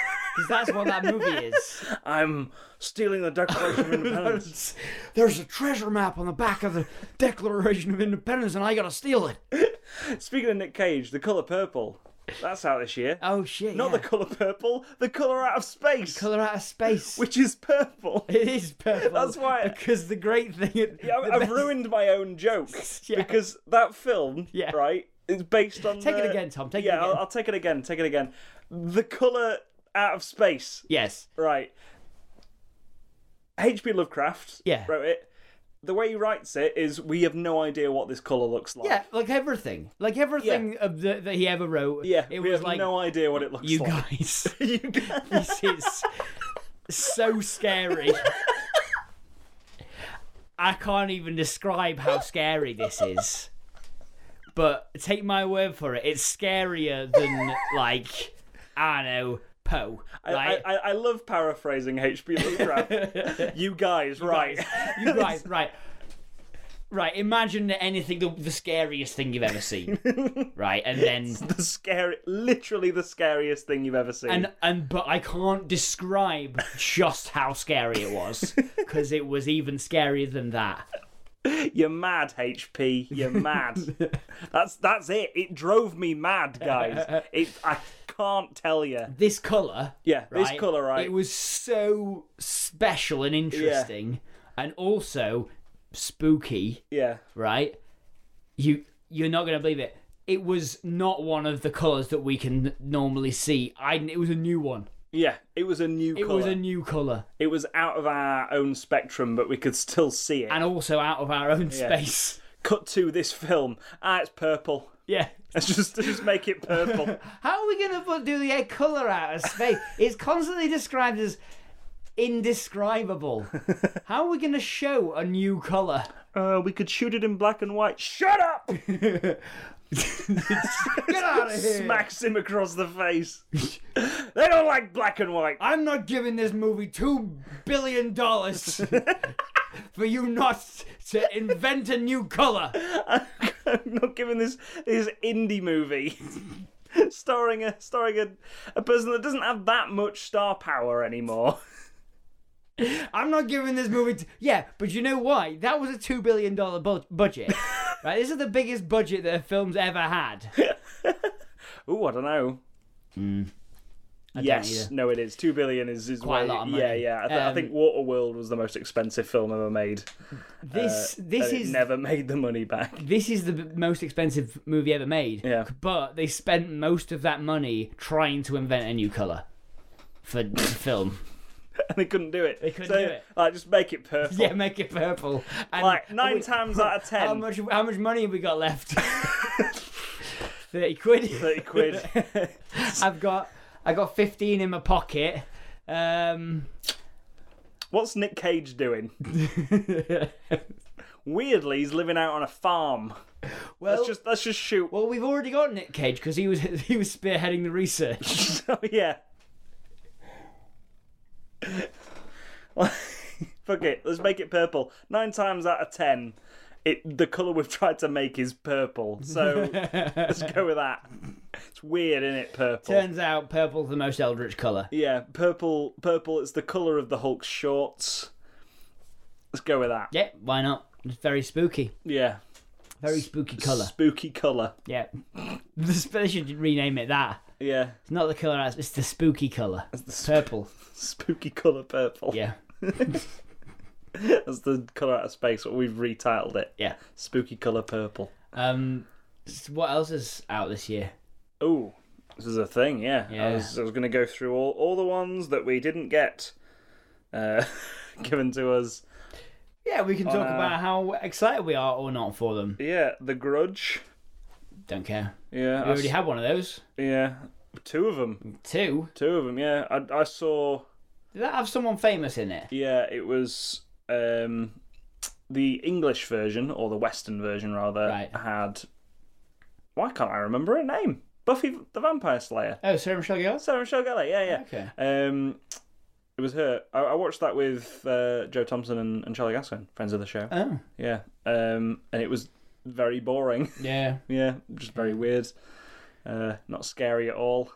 Speaker 2: that's what that
Speaker 1: [laughs]
Speaker 2: movie is.
Speaker 1: I'm stealing the Declaration
Speaker 2: [laughs]
Speaker 1: of Independence.
Speaker 2: It's- There's a treasure map on the back of the Declaration of Independence, and I gotta steal it.
Speaker 1: Speaking of Nick Cage, the color purple. That's out this year.
Speaker 2: Oh shit!
Speaker 1: Not
Speaker 2: yeah.
Speaker 1: the color purple, the color out of space,
Speaker 2: color out of space.
Speaker 1: which is purple.
Speaker 2: [laughs] It is purple.
Speaker 1: That's why-
Speaker 2: Because the great thing.
Speaker 1: Yeah, I-
Speaker 2: the [laughs]
Speaker 1: I've
Speaker 2: best-
Speaker 1: ruined my own joke
Speaker 2: [laughs] Yeah.
Speaker 1: because that film,
Speaker 2: Yeah.
Speaker 1: right, is based on.
Speaker 2: Take it
Speaker 1: the-
Speaker 2: again, Tom, take it
Speaker 1: yeah, I'll,
Speaker 2: again.
Speaker 1: I'll take it again. Take it again. The color out of space,
Speaker 2: Yes.
Speaker 1: right? H.P. Lovecraft,
Speaker 2: Yeah.
Speaker 1: wrote it. The way he writes it is, we have no idea what this color looks like.
Speaker 2: Yeah, like everything, like everything of the, that he ever wrote.
Speaker 1: yeah.
Speaker 2: it
Speaker 1: we
Speaker 2: was
Speaker 1: have
Speaker 2: like
Speaker 1: no idea what it looks
Speaker 2: you
Speaker 1: like.
Speaker 2: [laughs] guys.
Speaker 1: [laughs] you guys.
Speaker 2: this is so scary. I can't even describe how scary this is. But take my word for it, it's scarier than like I know Poe.
Speaker 1: I,
Speaker 2: Like,
Speaker 1: I, I love paraphrasing
Speaker 2: [laughs]
Speaker 1: H.P. Lovecraft. you guys, right? [laughs]
Speaker 2: You right, right. Right, imagine that anything, the, the scariest thing you've ever seen.
Speaker 1: [laughs]
Speaker 2: right, and then.
Speaker 1: the scary, literally the scariest thing you've ever seen.
Speaker 2: And, and but I can't describe just how scary it
Speaker 1: [laughs]
Speaker 2: was because it was even scarier than that.
Speaker 1: You're mad, HP. You're
Speaker 2: [laughs]
Speaker 1: mad. that's that's it. It drove me mad,
Speaker 2: [laughs]
Speaker 1: guys. It I can't tell you.
Speaker 2: This color,
Speaker 1: Yeah,
Speaker 2: right,
Speaker 1: this color, right?
Speaker 2: It was so special and interesting, and also spooky,
Speaker 1: Yeah,
Speaker 2: right? You you're not gonna believe it. It was not one of the colors that we can normally see. I it was a new one.
Speaker 1: yeah. It was a new
Speaker 2: It
Speaker 1: color.
Speaker 2: was a new color,
Speaker 1: It was out of our own spectrum, but we could still see it.
Speaker 2: and also out of our own space. [laughs]
Speaker 1: Cut to this film. Ah, it's purple. [laughs]
Speaker 2: Yeah.
Speaker 1: Let's just let's just make it
Speaker 2: [laughs]
Speaker 1: purple.
Speaker 2: How are we gonna put- do the color out of space? it's constantly described as [laughs] indescribable. How are we going to show a new color?
Speaker 1: Uh, we could shoot it in black and white. Shut
Speaker 2: [laughs]
Speaker 1: up!
Speaker 2: Get out of here!
Speaker 1: Smacks him across the face. [laughs] they don't like black and white.
Speaker 2: I'm not giving this movie two billion [laughs] dollars for you not to invent a new color.
Speaker 1: I'm [laughs] not giving this this indie movie [laughs] starring a starring a, a person that doesn't have that much star power anymore. [laughs]
Speaker 2: I'm not giving this movie. T- yeah, but you know why? That was a two billion dollar bu- [laughs] budget. right, this is the biggest budget that a film's ever had.
Speaker 1: Ooh, I don't know.
Speaker 2: I don't
Speaker 1: yes,
Speaker 2: either.
Speaker 1: no, it is. Two billion is, is
Speaker 2: Quite a
Speaker 1: way-
Speaker 2: lot of
Speaker 1: Yeah,
Speaker 2: money.
Speaker 1: yeah. I, th- I
Speaker 2: Um,
Speaker 1: think Waterworld was the most expensive film ever made.
Speaker 2: This
Speaker 1: Uh,
Speaker 2: this
Speaker 1: and it
Speaker 2: is
Speaker 1: never made the money back. [laughs]
Speaker 2: this is the b- most expensive movie ever made.
Speaker 1: Yeah.
Speaker 2: But they spent most of that money trying to invent a new color
Speaker 1: [laughs]
Speaker 2: for the film.
Speaker 1: and they couldn't do it. They
Speaker 2: couldn't
Speaker 1: so,
Speaker 2: do it.
Speaker 1: Like, just make it purple.
Speaker 2: [laughs] Yeah, make it purple. And
Speaker 1: Like nine
Speaker 2: we-
Speaker 1: times out of ten,
Speaker 2: [laughs] How much? How much money have we
Speaker 1: [laughs]
Speaker 2: got left? Thirty quid.
Speaker 1: thirty quid.
Speaker 2: [laughs] I've got. I got fifteen in my pocket. Um,
Speaker 1: What's Nick Cage
Speaker 2: [laughs]
Speaker 1: doing? Weirdly, he's living out on a farm.
Speaker 2: well,
Speaker 1: Let's just let's just shoot. [laughs]
Speaker 2: well, we've already got Nick Cage because he was [laughs] he was spearheading the research.
Speaker 1: so, Oh, yeah. [laughs] Fuck it. Let's make it purple. Nine times out of ten, it the color we've tried to make is purple. So
Speaker 2: [laughs]
Speaker 1: let's go with that. It's weird, isn't it? Purple.
Speaker 2: Turns out purple's the most eldritch color.
Speaker 1: Yeah, purple. Purple. It's the color of the Hulk's shorts. Let's go with that.
Speaker 2: Yeah, why not? It's very spooky.
Speaker 1: Yeah.
Speaker 2: Very spooky color.
Speaker 1: Spooky color.
Speaker 2: Yeah. [laughs] The sp- They should rename it that.
Speaker 1: Yeah.
Speaker 2: It's not the color, it's it's the spooky color. It's purple.
Speaker 1: Spooky color purple.
Speaker 2: Yeah.
Speaker 1: That's the color out of space. What we've retitled it.
Speaker 2: Yeah.
Speaker 1: Spooky color purple.
Speaker 2: Um, s- what else is out this year?
Speaker 1: Ooh, this is a thing. Yeah. I
Speaker 2: Yeah.
Speaker 1: was, I was going to go through all, all the ones that we didn't get uh, [laughs] given to us.
Speaker 2: Yeah, we can talk
Speaker 1: uh,
Speaker 2: about how excited we are or not for them.
Speaker 1: Yeah, The Grudge.
Speaker 2: Don't care.
Speaker 1: Yeah.
Speaker 2: We
Speaker 1: I
Speaker 2: already
Speaker 1: s-
Speaker 2: had one of those.
Speaker 1: yeah. Two of them.
Speaker 2: Two.
Speaker 1: Two of them. Yeah. I, I saw.
Speaker 2: Did that have someone famous in it?
Speaker 1: Yeah, it was um, the English version or the Western version rather
Speaker 2: Right.
Speaker 1: had. Why can't I remember her name? Buffy the Vampire Slayer.
Speaker 2: Oh, Sarah Michelle Gellar.
Speaker 1: Sarah Michelle Gellar. Yeah, yeah.
Speaker 2: Okay.
Speaker 1: Um, it was her. I, I watched that with uh, Joe Thompson and, and Charlie Gaskin, friends of the show.
Speaker 2: Oh,
Speaker 1: Yeah, um, and it was very boring. [laughs]
Speaker 2: yeah.
Speaker 1: yeah, just very weird. Uh, not scary at all.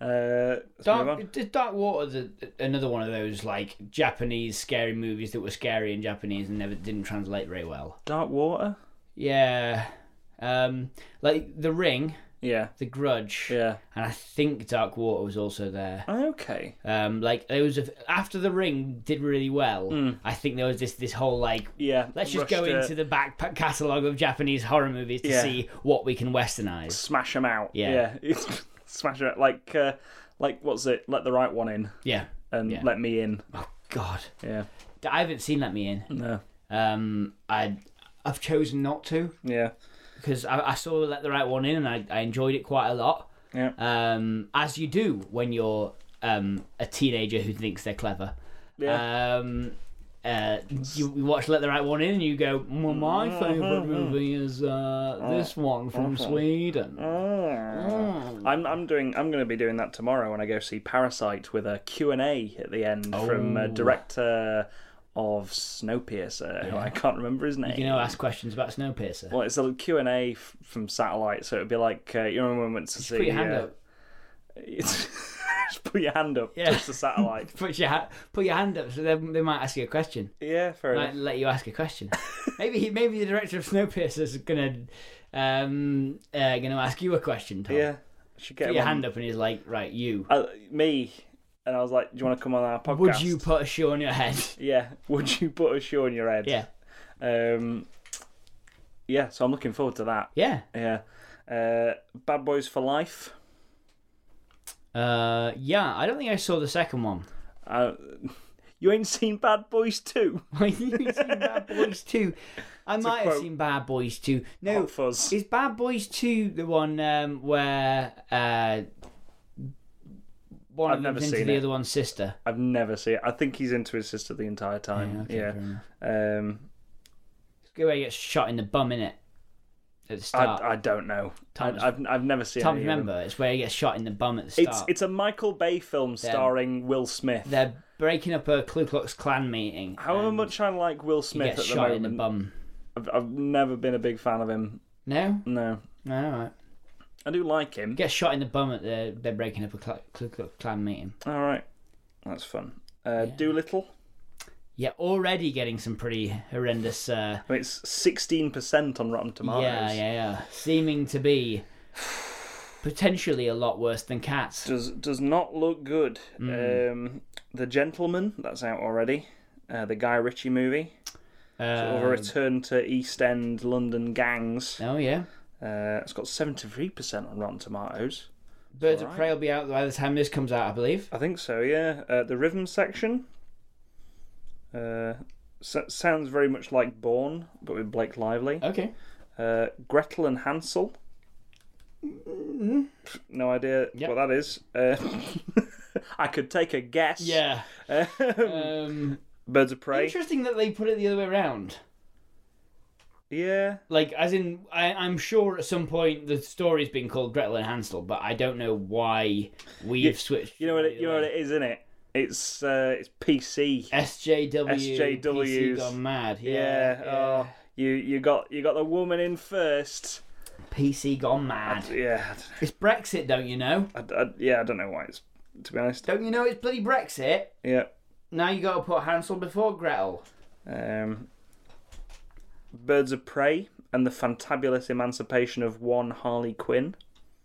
Speaker 1: Uh, let's move on.
Speaker 2: Dark, did Dark Water the, another one of those like Japanese scary movies that were scary in Japanese and never didn't translate very well.
Speaker 1: Dark Water.
Speaker 2: Yeah. Um, like The Ring,
Speaker 1: Yeah,
Speaker 2: The Grudge,
Speaker 1: yeah.
Speaker 2: and I think Dark Water was also there.
Speaker 1: Okay.
Speaker 2: Um, like there was a, after The Ring did really well. I think there was this this whole like
Speaker 1: Yeah.
Speaker 2: let's just
Speaker 1: Hmm. rushed
Speaker 2: go
Speaker 1: it.
Speaker 2: into the back pa- catalog of Japanese horror movies to
Speaker 1: Yeah.
Speaker 2: see what we can westernize.
Speaker 1: smash them out.
Speaker 2: Yeah.
Speaker 1: yeah. [laughs] smash them out. Like, uh, like what's it? Let the right one in
Speaker 2: Yeah.
Speaker 1: and
Speaker 2: Yeah.
Speaker 1: let me in.
Speaker 2: Oh God,
Speaker 1: Yeah,
Speaker 2: I haven't seen Let Me In.
Speaker 1: no,
Speaker 2: Um, I I've chosen not to.
Speaker 1: yeah,
Speaker 2: because I, I saw Let the Right One In and I, I enjoyed it quite a lot.
Speaker 1: yeah.
Speaker 2: Um, as you do when you're um, a teenager who thinks they're clever.
Speaker 1: Yeah.
Speaker 2: Um, uh, you you watch Let the Right One In and you go, well, my
Speaker 1: Mm-hmm.
Speaker 2: favourite movie is uh, this one from
Speaker 1: Mm-hmm.
Speaker 2: Sweden. Mm.
Speaker 1: I'm I'm doing I'm going to be doing that tomorrow when I go see Parasite with a Q and A at the end from uh,
Speaker 2: Oh.
Speaker 1: director of Snowpiercer, who I can't remember his name.
Speaker 2: You know, ask questions about Snowpiercer.
Speaker 1: well, it's a Q and A f- from Satellite, so it'd be like uh, you remember when we went to see.
Speaker 2: Put your hand
Speaker 1: uh,
Speaker 2: up.
Speaker 1: [laughs] just put your hand up.
Speaker 2: Yeah.
Speaker 1: Touch the satellite.
Speaker 2: [laughs] Put your, ha- put your hand up so they, they might ask you a question.
Speaker 1: yeah, fair
Speaker 2: Might
Speaker 1: enough.
Speaker 2: let you ask a question. maybe he, maybe the director of Snowpiercer is gonna um, uh, gonna ask you a question. Tom.
Speaker 1: Yeah, should get
Speaker 2: put
Speaker 1: him
Speaker 2: your
Speaker 1: on-
Speaker 2: hand up and he's like, right, you.
Speaker 1: uh, me, and I was like, "Do you want to come on our podcast?"
Speaker 2: Would you put a shoe on your head?
Speaker 1: Yeah. [laughs] Would you put a shoe on your head?
Speaker 2: Yeah.
Speaker 1: Um. Yeah. So I'm looking forward to that.
Speaker 2: Yeah.
Speaker 1: Yeah. Uh, Bad Boys for Life.
Speaker 2: Uh, yeah, I don't think I saw the second one. [laughs]
Speaker 1: Uh, [laughs] you ain't seen Bad Boys Two.
Speaker 2: You've seen
Speaker 1: [laughs]
Speaker 2: Bad Boys 2. I might have
Speaker 1: quote. Oh.
Speaker 2: seen Bad Boys 2. No,
Speaker 1: Hot fuzz.
Speaker 2: is Bad Boys 2 the one um, where uh, one
Speaker 1: I've
Speaker 2: of them's
Speaker 1: never
Speaker 2: into
Speaker 1: seen
Speaker 2: the
Speaker 1: it.
Speaker 2: other one's sister.
Speaker 1: I've never seen. I think he's into his sister the entire
Speaker 2: Yeah,
Speaker 1: time.
Speaker 2: okay,
Speaker 1: Yeah.
Speaker 2: fair enough.
Speaker 1: Um.
Speaker 2: It's a good way he gets shot in the bum, innit? At the
Speaker 1: I,
Speaker 2: start.
Speaker 1: I don't know. I,
Speaker 2: Thomas-
Speaker 1: I've I've never seen.
Speaker 2: Tom,
Speaker 1: any of them.
Speaker 2: remember, it's where he gets shot in the bum at the start.
Speaker 1: It's it's a Michael Bay film starring Will Smith.
Speaker 2: They're breaking up a Ku Klux Klan meeting.
Speaker 1: However
Speaker 2: and
Speaker 1: much I like Will
Speaker 2: he
Speaker 1: Smith at
Speaker 2: gets
Speaker 1: the
Speaker 2: shot in the
Speaker 1: moment,
Speaker 2: bum.
Speaker 1: I've, I've never been a big fan of him.
Speaker 2: No?
Speaker 1: No,
Speaker 2: No, alright.
Speaker 1: I do like him.
Speaker 2: Gets shot in the bum at the they're breaking up a Cla- Ku Klux Klan meeting.
Speaker 1: All right, that's fun. Uh,
Speaker 2: Yeah.
Speaker 1: Doolittle.
Speaker 2: Yeah, already getting some pretty horrendous uh
Speaker 1: I mean, it's sixteen percent on Rotten Tomatoes.
Speaker 2: Yeah, yeah, yeah. Seeming to be potentially a lot worse than cats.
Speaker 1: Does does not look good.
Speaker 2: Mm.
Speaker 1: Um, the Gentleman. That's out already. Uh, the Guy Ritchie movie. Sort of a
Speaker 2: Uh,
Speaker 1: return to East End London gangs.
Speaker 2: oh yeah.
Speaker 1: Uh, it's got seventy three percent on Rotten Tomatoes.
Speaker 2: Birds of
Speaker 1: alright.
Speaker 2: Prey will be out by the time this comes out, I believe.
Speaker 1: I think so, yeah. Uh, the rhythm section. Uh, so- sounds very much like Born, but with Blake Lively.
Speaker 2: Okay.
Speaker 1: Uh, Gretel and Hansel. Mm-hmm. No idea
Speaker 2: Yep.
Speaker 1: what that is. Uh, [laughs] I could take a guess.
Speaker 2: Yeah.
Speaker 1: Um,
Speaker 2: Um,
Speaker 1: [laughs] Birds of Prey.
Speaker 2: interesting that they put it the other way around.
Speaker 1: yeah.
Speaker 2: Like, as in, I, I'm sure at some point the story's been called Gretel and Hansel, but I don't know why we've switched.
Speaker 1: You know what it, you know what it is, isn't it? It's uh, it's PC.
Speaker 2: SJW.
Speaker 1: SJWs.
Speaker 2: PC gone mad. Yeah.
Speaker 1: Yeah. Oh, you you got you got the woman in first.
Speaker 2: PC gone mad.
Speaker 1: Yeah.
Speaker 2: It's Brexit, don't you know?
Speaker 1: I, I, yeah. I don't know why it's. To be honest.
Speaker 2: Don't you know it's bloody Brexit?
Speaker 1: Yeah.
Speaker 2: Now you got to put Hansel before Gretel.
Speaker 1: Um, Birds of Prey and the Fantabulous Emancipation of One Harley Quinn.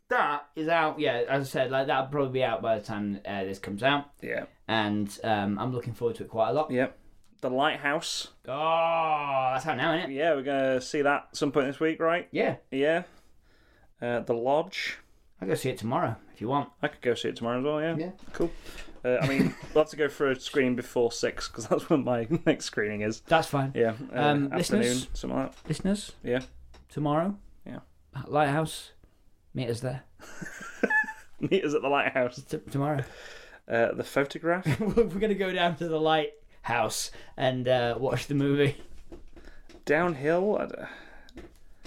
Speaker 2: That is out. Yeah, as I said, like that'll probably be out by the time uh, this comes out,
Speaker 1: Yeah.
Speaker 2: and um, I'm looking forward to it quite a lot.
Speaker 1: Yep. The Lighthouse.
Speaker 2: Oh, that's out now, isn't it?
Speaker 1: Yeah, we're gonna see that some point this week, right?
Speaker 2: Yeah,
Speaker 1: Yeah. Uh, the Lodge.
Speaker 2: I'll go see it tomorrow if you want.
Speaker 1: I could go see it tomorrow as well. Yeah.
Speaker 2: Yeah.
Speaker 1: Cool. Uh, I mean, we'll have to go for a screen before six because that's when my [laughs] next screening is.
Speaker 2: That's fine,
Speaker 1: Yeah. Uh, afternoon,
Speaker 2: Um, listeners?
Speaker 1: something like that. [laughs]
Speaker 2: listeners.
Speaker 1: Yeah.
Speaker 2: Tomorrow.
Speaker 1: Yeah.
Speaker 2: At Lighthouse. Meet us there
Speaker 1: Meet us at the lighthouse.
Speaker 2: T- tomorrow.
Speaker 1: Uh, the photograph.
Speaker 2: [laughs] We're gonna go down to the lighthouse and uh, watch the movie.
Speaker 1: Downhill. I d- [sighs]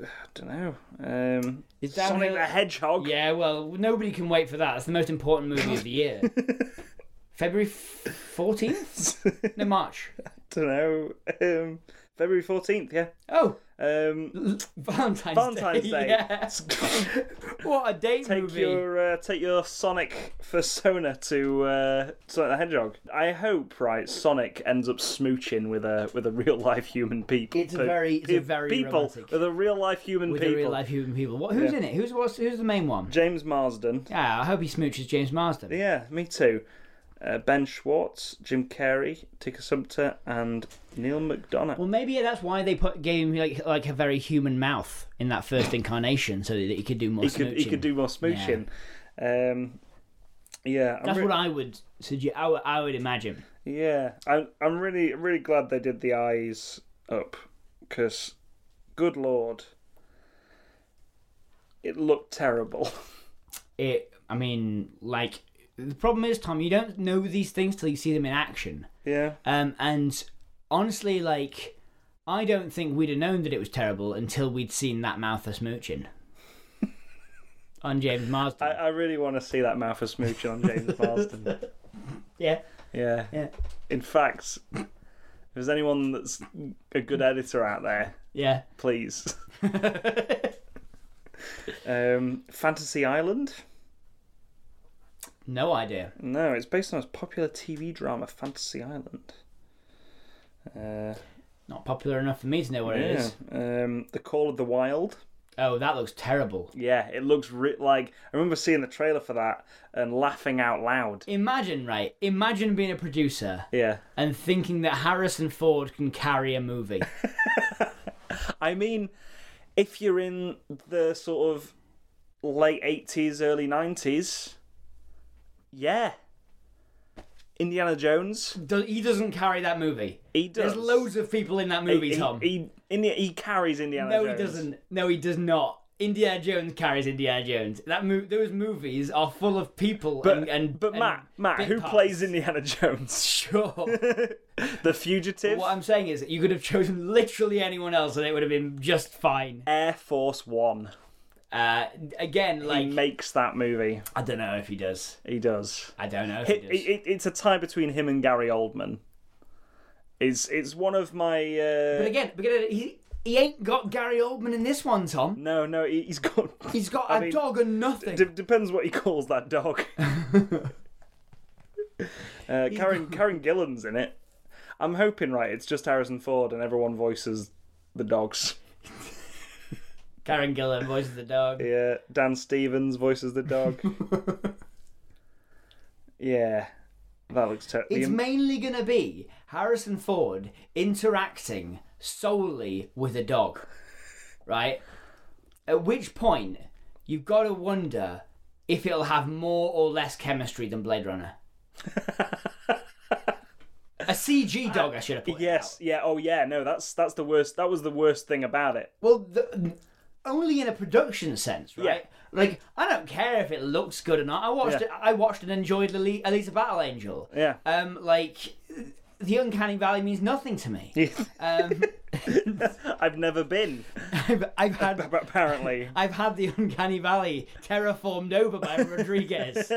Speaker 1: I don't know. Um,
Speaker 2: Is
Speaker 1: Sonic the Hedgehog. [laughs]
Speaker 2: Yeah, well, nobody can wait for that. That's the most important movie of
Speaker 1: [laughs]
Speaker 2: the year. February fourteenth? No, March.
Speaker 1: don't know. Um, February fourteenth, yeah.
Speaker 2: Oh, [laughs]
Speaker 1: Um,
Speaker 2: Valentine's, [laughs]
Speaker 1: Valentine's Day.
Speaker 2: Yeah.
Speaker 1: [laughs]
Speaker 2: What a date
Speaker 1: take
Speaker 2: movie.
Speaker 1: your uh, take your Sonic persona to uh, Sonic the Hedgehog. I hope right Sonic ends up smooching with a with a real life human people.
Speaker 2: It's a very- it's a
Speaker 1: pe-
Speaker 2: very
Speaker 1: people
Speaker 2: romantic-
Speaker 1: with a real life human
Speaker 2: With
Speaker 1: people.
Speaker 2: the real life human people. What, who's in it? Who's what's, who's the main one?
Speaker 1: James Marsden.
Speaker 2: Yeah, I hope he smooches James Marsden.
Speaker 1: Yeah, me too. Uh, ben Schwartz, Jim Carrey, Tika Sumpter, and Neil McDonough.
Speaker 2: Well, maybe that's why they put gave him like like a very human mouth in that first incarnation, so that he could do more
Speaker 1: He could, he could do more smooching. Um, yeah, I'm
Speaker 2: That's
Speaker 1: re-
Speaker 2: what I would suggest. I would, I would imagine.
Speaker 1: Yeah, I'm I'm really really glad they did the eyes up because, good lord, it looked terrible. [laughs]
Speaker 2: it i mean like the problem is tom you don't know these things till you see them in action
Speaker 1: yeah,
Speaker 2: um and honestly like i don't think we'd have known that it was terrible until we'd seen that mouth of
Speaker 1: [laughs]
Speaker 2: smooching on james marsden
Speaker 1: I, I really want to see that mouth of smooching on James Marsden.
Speaker 2: yeah
Speaker 1: Yeah,
Speaker 2: Yeah.
Speaker 1: In fact, if there's anyone that's a good editor out there,
Speaker 2: yeah
Speaker 1: please. um, Fantasy Island.
Speaker 2: no idea
Speaker 1: No, it's based on a popular TV drama, Fantasy Island. Uh,
Speaker 2: not popular enough for me to know what it
Speaker 1: yeah.
Speaker 2: is
Speaker 1: Um, the Call of the Wild.
Speaker 2: oh that looks terrible
Speaker 1: Yeah, it looks re- like I remember seeing the trailer for that and laughing out loud.
Speaker 2: imagine right imagine being a producer
Speaker 1: Yeah.
Speaker 2: and thinking that harrison ford can carry
Speaker 1: [laughs]
Speaker 2: a movie
Speaker 1: I mean, if you're in the sort of late 80s, early 90s, yeah. Indiana Jones,
Speaker 2: Do- he doesn't carry that movie
Speaker 1: he does.
Speaker 2: There's loads of people in that
Speaker 1: he,
Speaker 2: movie,
Speaker 1: he-
Speaker 2: Tom.
Speaker 1: He, Indi- he carries Indiana
Speaker 2: no, he
Speaker 1: Jones.
Speaker 2: doesn't. No, he does not. Indiana Jones carries Indiana Jones. That mo- those movies are full of people
Speaker 1: But,
Speaker 2: and, and
Speaker 1: but
Speaker 2: and
Speaker 1: Matt, Matt,
Speaker 2: bit
Speaker 1: who
Speaker 2: parts.
Speaker 1: plays Indiana Jones?
Speaker 2: [laughs] Sure. what
Speaker 1: the Fugitive,
Speaker 2: I'm saying is that you could have chosen literally anyone else and it would have been just fine.
Speaker 1: Air Force One.
Speaker 2: Uh, again,
Speaker 1: He
Speaker 2: like
Speaker 1: makes that movie.
Speaker 2: I don't know if he does.
Speaker 1: He does.
Speaker 2: I don't know if
Speaker 1: It,
Speaker 2: he does.
Speaker 1: it, it's a tie between him and Gary Oldman. It's it's one of my. Uh,
Speaker 2: But again, but again, he he ain't got Gary Oldman in this one, Tom.
Speaker 1: no, no, he- he's got.
Speaker 2: [laughs] He's got a
Speaker 1: I mean,
Speaker 2: dog and
Speaker 1: [laughs]
Speaker 2: nothing.
Speaker 1: De- depends what he calls that
Speaker 2: [laughs]
Speaker 1: dog. uh, Karen Karen Gillan's in it. I'm hoping right. It's just Harrison Ford and everyone voices the dogs.
Speaker 2: Karen Gillan voices the dog.
Speaker 1: Yeah, Dan Stevens voices the
Speaker 2: [laughs]
Speaker 1: dog. yeah, that looks terrible.
Speaker 2: It's mainly gonna be Harrison Ford interacting solely with a dog, right? At which point you've got to wonder if it'll have more or less chemistry than Blade
Speaker 1: [laughs]
Speaker 2: Runner. a CG dog, I should have put.
Speaker 1: yes, yeah, oh yeah, no, that's that's the worst. That was the worst thing about it.
Speaker 2: Well, the, only in a production sense, right? Like I don't care if it looks good or not. I watched
Speaker 1: Yeah.
Speaker 2: it. I watched and enjoyed Elite, Elisa Battle Angel.
Speaker 1: Yeah.
Speaker 2: Um, like the Uncanny Valley means nothing to me.
Speaker 1: [laughs]
Speaker 2: Um, [laughs]
Speaker 1: I've never been,
Speaker 2: I've, I've had
Speaker 1: but apparently.
Speaker 2: I've had the Uncanny Valley terraformed over by
Speaker 1: [laughs]
Speaker 2: Rodriguez.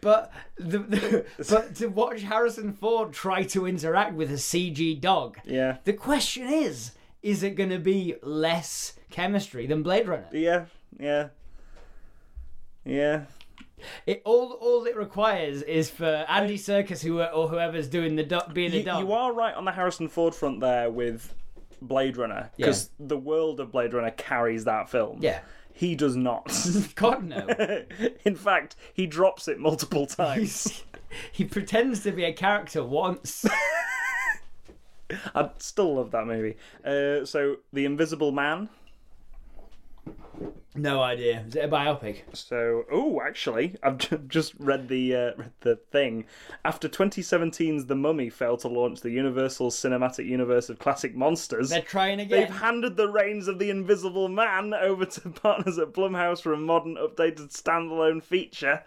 Speaker 2: but
Speaker 1: [laughs]
Speaker 2: the, the, but to watch Harrison Ford try to interact with a CG dog.
Speaker 1: Yeah.
Speaker 2: The question is, is it going to be less chemistry than Blade Runner?
Speaker 1: Yeah, yeah. Yeah.
Speaker 2: It all all it requires is for Andy Circus who or whoever's doing the dog being a
Speaker 1: You,
Speaker 2: dog.
Speaker 1: you are right on the Harrison Ford front there with Blade Runner because the world of Blade Runner carries that film.
Speaker 2: Yeah.
Speaker 1: He does not. [laughs]
Speaker 2: God no.
Speaker 1: In fact, he drops it multiple times.
Speaker 2: [laughs] He's- he pretends to be a
Speaker 1: [laughs]
Speaker 2: character once.
Speaker 1: I still love that movie. Uh, so, The Invisible Man.
Speaker 2: No idea. Is it a biopic?
Speaker 1: So, oh, actually, I've [laughs] ju- just read the uh, read the thing. After 2017's The Mummy failed to launch the Universal Cinematic Universe of classic monsters,
Speaker 2: They're trying
Speaker 1: they've
Speaker 2: again.
Speaker 1: handed the reins of The Invisible Man over to [laughs] partners at Blumhouse for a modern, updated standalone feature.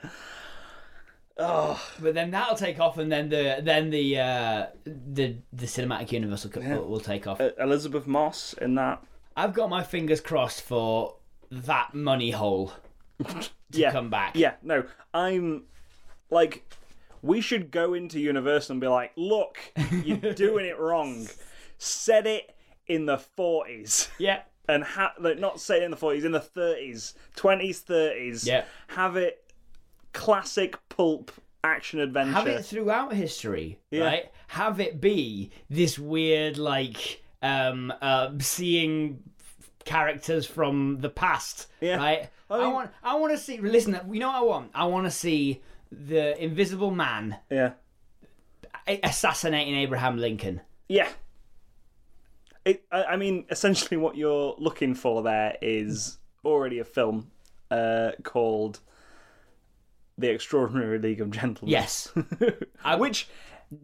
Speaker 2: But then that'll take off, and then the then the uh, the the cinematic universe will, co- will, will take off.
Speaker 1: Elizabeth Moss in that.
Speaker 2: I've got my fingers crossed for that
Speaker 1: [laughs]
Speaker 2: money hole to
Speaker 1: Yeah.
Speaker 2: come back.
Speaker 1: Yeah, no, I'm like, we should go into Universal and be like, look, you're doing it wrong. Said it in the 40s.
Speaker 2: yeah.
Speaker 1: And ha- like, not say it in the 40s, in the 30s, 20s, 30s.
Speaker 2: Yeah.
Speaker 1: Have it classic pulp action adventure.
Speaker 2: Have it throughout history, right? Have it be this weird, like, um, uh, seeing characters from the past,
Speaker 1: Yeah.
Speaker 2: right? I,
Speaker 1: mean-
Speaker 2: want, I want to see. Listen, you know, what I want, I want to see the Invisible Man
Speaker 1: Yeah.
Speaker 2: assassinating Abraham Lincoln.
Speaker 1: Yeah. It, I, I mean, essentially, what you're looking for there is already a film uh, called The Extraordinary League of Gentlemen.
Speaker 2: Yes,
Speaker 1: which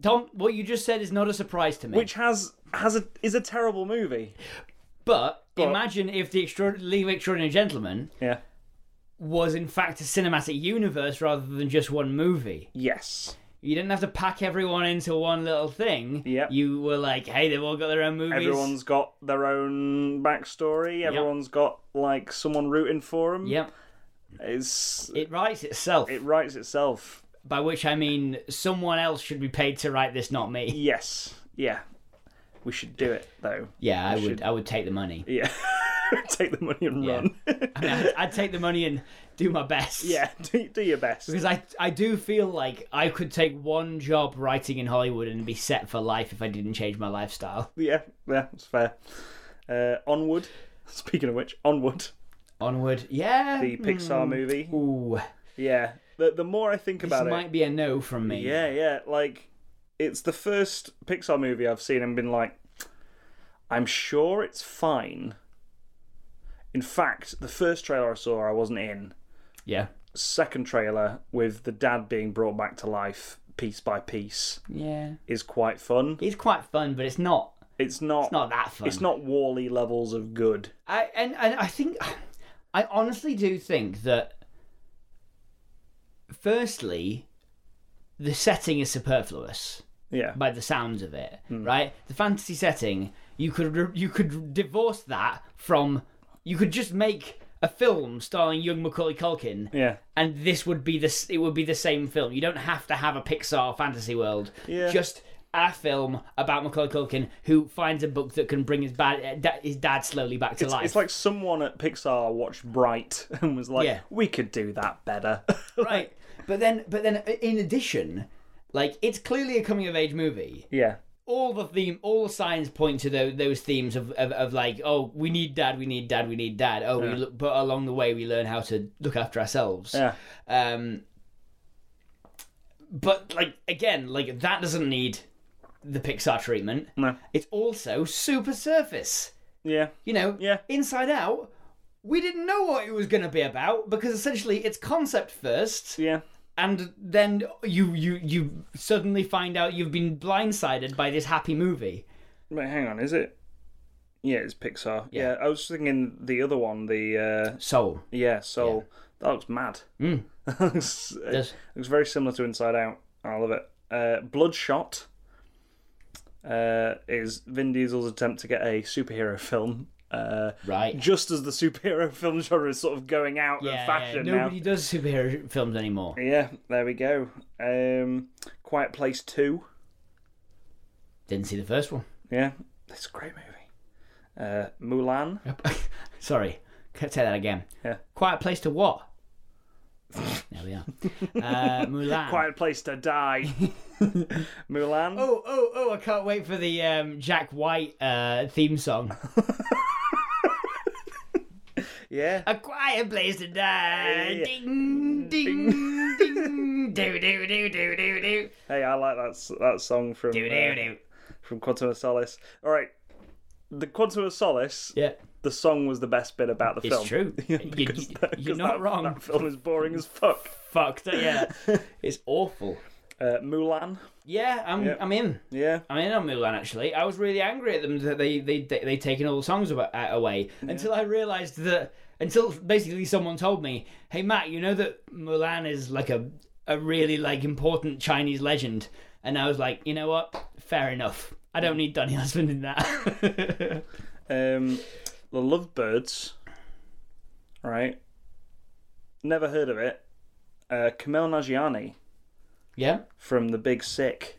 Speaker 2: Tom. What you just said is not a surprise to
Speaker 1: [laughs]
Speaker 2: me.
Speaker 1: which has has a is a terrible movie.
Speaker 2: but, imagine if the extraordinary League of Extraordinary Gentlemen
Speaker 1: Yeah.
Speaker 2: was in fact a cinematic universe rather than just one movie.
Speaker 1: Yes.
Speaker 2: You didn't have to pack everyone into one little thing.
Speaker 1: Yep.
Speaker 2: You were like, hey, they've all got their own movies.
Speaker 1: Everyone's got their own backstory. Everyone's got like someone rooting for them.
Speaker 2: Yep.
Speaker 1: It's
Speaker 2: It writes itself.
Speaker 1: it writes itself.
Speaker 2: By which I mean someone else should be paid to write this, not
Speaker 1: [laughs]
Speaker 2: me.
Speaker 1: Yes. Yeah. We should do it though.
Speaker 2: Yeah, I would. I would take
Speaker 1: [laughs]
Speaker 2: the money.
Speaker 1: Yeah. Take the money and run.
Speaker 2: I mean, I'd, I'd take the money and do my
Speaker 1: [laughs]
Speaker 2: best.
Speaker 1: yeah. Do, do your best.
Speaker 2: Because I, I do feel like I could take one job writing in Hollywood and be set for life if I didn't change my lifestyle.
Speaker 1: Yeah. Yeah. It's fair. Uh, onward. Speaking of which, onward.
Speaker 2: Onward. Yeah. Hmm.
Speaker 1: The Pixar movie.
Speaker 2: Ooh.
Speaker 1: Yeah. The the more I think
Speaker 2: This
Speaker 1: about it,
Speaker 2: might be a no from me.
Speaker 1: Yeah, yeah. Like, it's the first Pixar movie I've seen and been like, I'm sure it's fine. In fact, the first trailer I saw, I wasn't in.
Speaker 2: Yeah.
Speaker 1: Second trailer, with the dad being brought back to life piece by piece,
Speaker 2: Yeah.
Speaker 1: is quite fun.
Speaker 2: It's quite fun, but it's not.
Speaker 1: It's not. It's
Speaker 2: It's not that fun.
Speaker 1: It's not Wally levels of good.
Speaker 2: I and and I think I honestly do think that firstly the setting is superfluous
Speaker 1: Yeah.
Speaker 2: by the sounds of it,
Speaker 1: Hmm.
Speaker 2: right? The fantasy setting, you could re- you could divorce that from you could just make a film starring young Macaulay Culkin
Speaker 1: Yeah.
Speaker 2: and this would be this it would be the same film. You don't have to have a Pixar fantasy world.
Speaker 1: Yeah.
Speaker 2: Just a film about Macaulay Culkin who finds a book that can bring his bad eh, da- his dad slowly back to
Speaker 1: It's,
Speaker 2: life.
Speaker 1: it's like someone at Pixar watched Bright [laughs] and was like,
Speaker 2: Yeah.
Speaker 1: "We could do that better." [laughs]
Speaker 2: right but then but then in addition like it's clearly a coming of age movie
Speaker 1: yeah.
Speaker 2: all the theme all the signs point to tho- those themes of, of, of like oh we need dad we need dad we need dad oh we look, but along the way we learn how to look after ourselves
Speaker 1: Yeah.
Speaker 2: um but like again like that doesn't need the pixar treatment
Speaker 1: No.
Speaker 2: it's also super surface
Speaker 1: Yeah.
Speaker 2: you know
Speaker 1: Yeah.
Speaker 2: inside out we didn't know what it was going to be about because essentially it's concept first
Speaker 1: Yeah.
Speaker 2: and then you you you suddenly find out you've been blindsided by this happy movie.
Speaker 1: Wait, hang on, is it? Yeah, it's Pixar. Yeah, I was thinking the other one, the uh
Speaker 2: Soul.
Speaker 1: yeah, Soul. That looks mad.
Speaker 2: Mm.
Speaker 1: That looks, [laughs] it
Speaker 2: Does-
Speaker 1: looks very similar to Inside Out. I love it. Uh, Bloodshot uh, is Vin Diesel's attempt to get a superhero film. Uh,
Speaker 2: Right.
Speaker 1: just as the superhero [laughs] film genre is sort of going out of fashion now.
Speaker 2: Nobody does superhero films anymore.
Speaker 1: Yeah, there we go. Um, Quiet Place Two.
Speaker 2: Didn't see the first one.
Speaker 1: Yeah, it's a great movie. Uh, Mulan.
Speaker 2: [laughs] Sorry. Can't say that again.
Speaker 1: Yeah.
Speaker 2: Quiet place to what? [laughs] there we are. Uh, Mulan.
Speaker 1: Quiet Place to
Speaker 2: [laughs]
Speaker 1: Die. Mulan.
Speaker 2: Oh oh oh! I can't wait for the um, Jack White uh, theme song.
Speaker 1: Yeah.
Speaker 2: A quiet place to die.
Speaker 1: Yeah.
Speaker 2: Ding ding ding. Do do do do do do
Speaker 1: Hey, I like that s- that song from
Speaker 2: do
Speaker 1: uh,
Speaker 2: do do.
Speaker 1: from Quantum of Solace. All right. The Quantum of Solace,
Speaker 2: Yeah.
Speaker 1: the song was the best bit about the
Speaker 2: It's
Speaker 1: film. [laughs]
Speaker 2: true. you,
Speaker 1: Because that-
Speaker 2: are
Speaker 1: 'cause
Speaker 2: not
Speaker 1: that-
Speaker 2: wrong.
Speaker 1: That film is boring as fuck.
Speaker 2: Fucked.
Speaker 1: [laughs]
Speaker 2: Yeah, it's awful.
Speaker 1: Uh, Mulan.
Speaker 2: Yeah, I'm. I'm in.
Speaker 1: Yeah.
Speaker 2: I'm in on Mulan. Actually, I was really angry at them that they they they they'd taken all the songs abo- uh, away until I realised that until basically someone told me, "Hey Matt, you know that Mulan is like a a really like important Chinese legend," and I was like, "You know what? Fair enough. I don't need Donny [laughs] Husband in that." [laughs]
Speaker 1: Um, the Lovebirds. Right. Never heard of it. Uh, Kamel Nagiani
Speaker 2: yeah.
Speaker 1: from The Big Sick.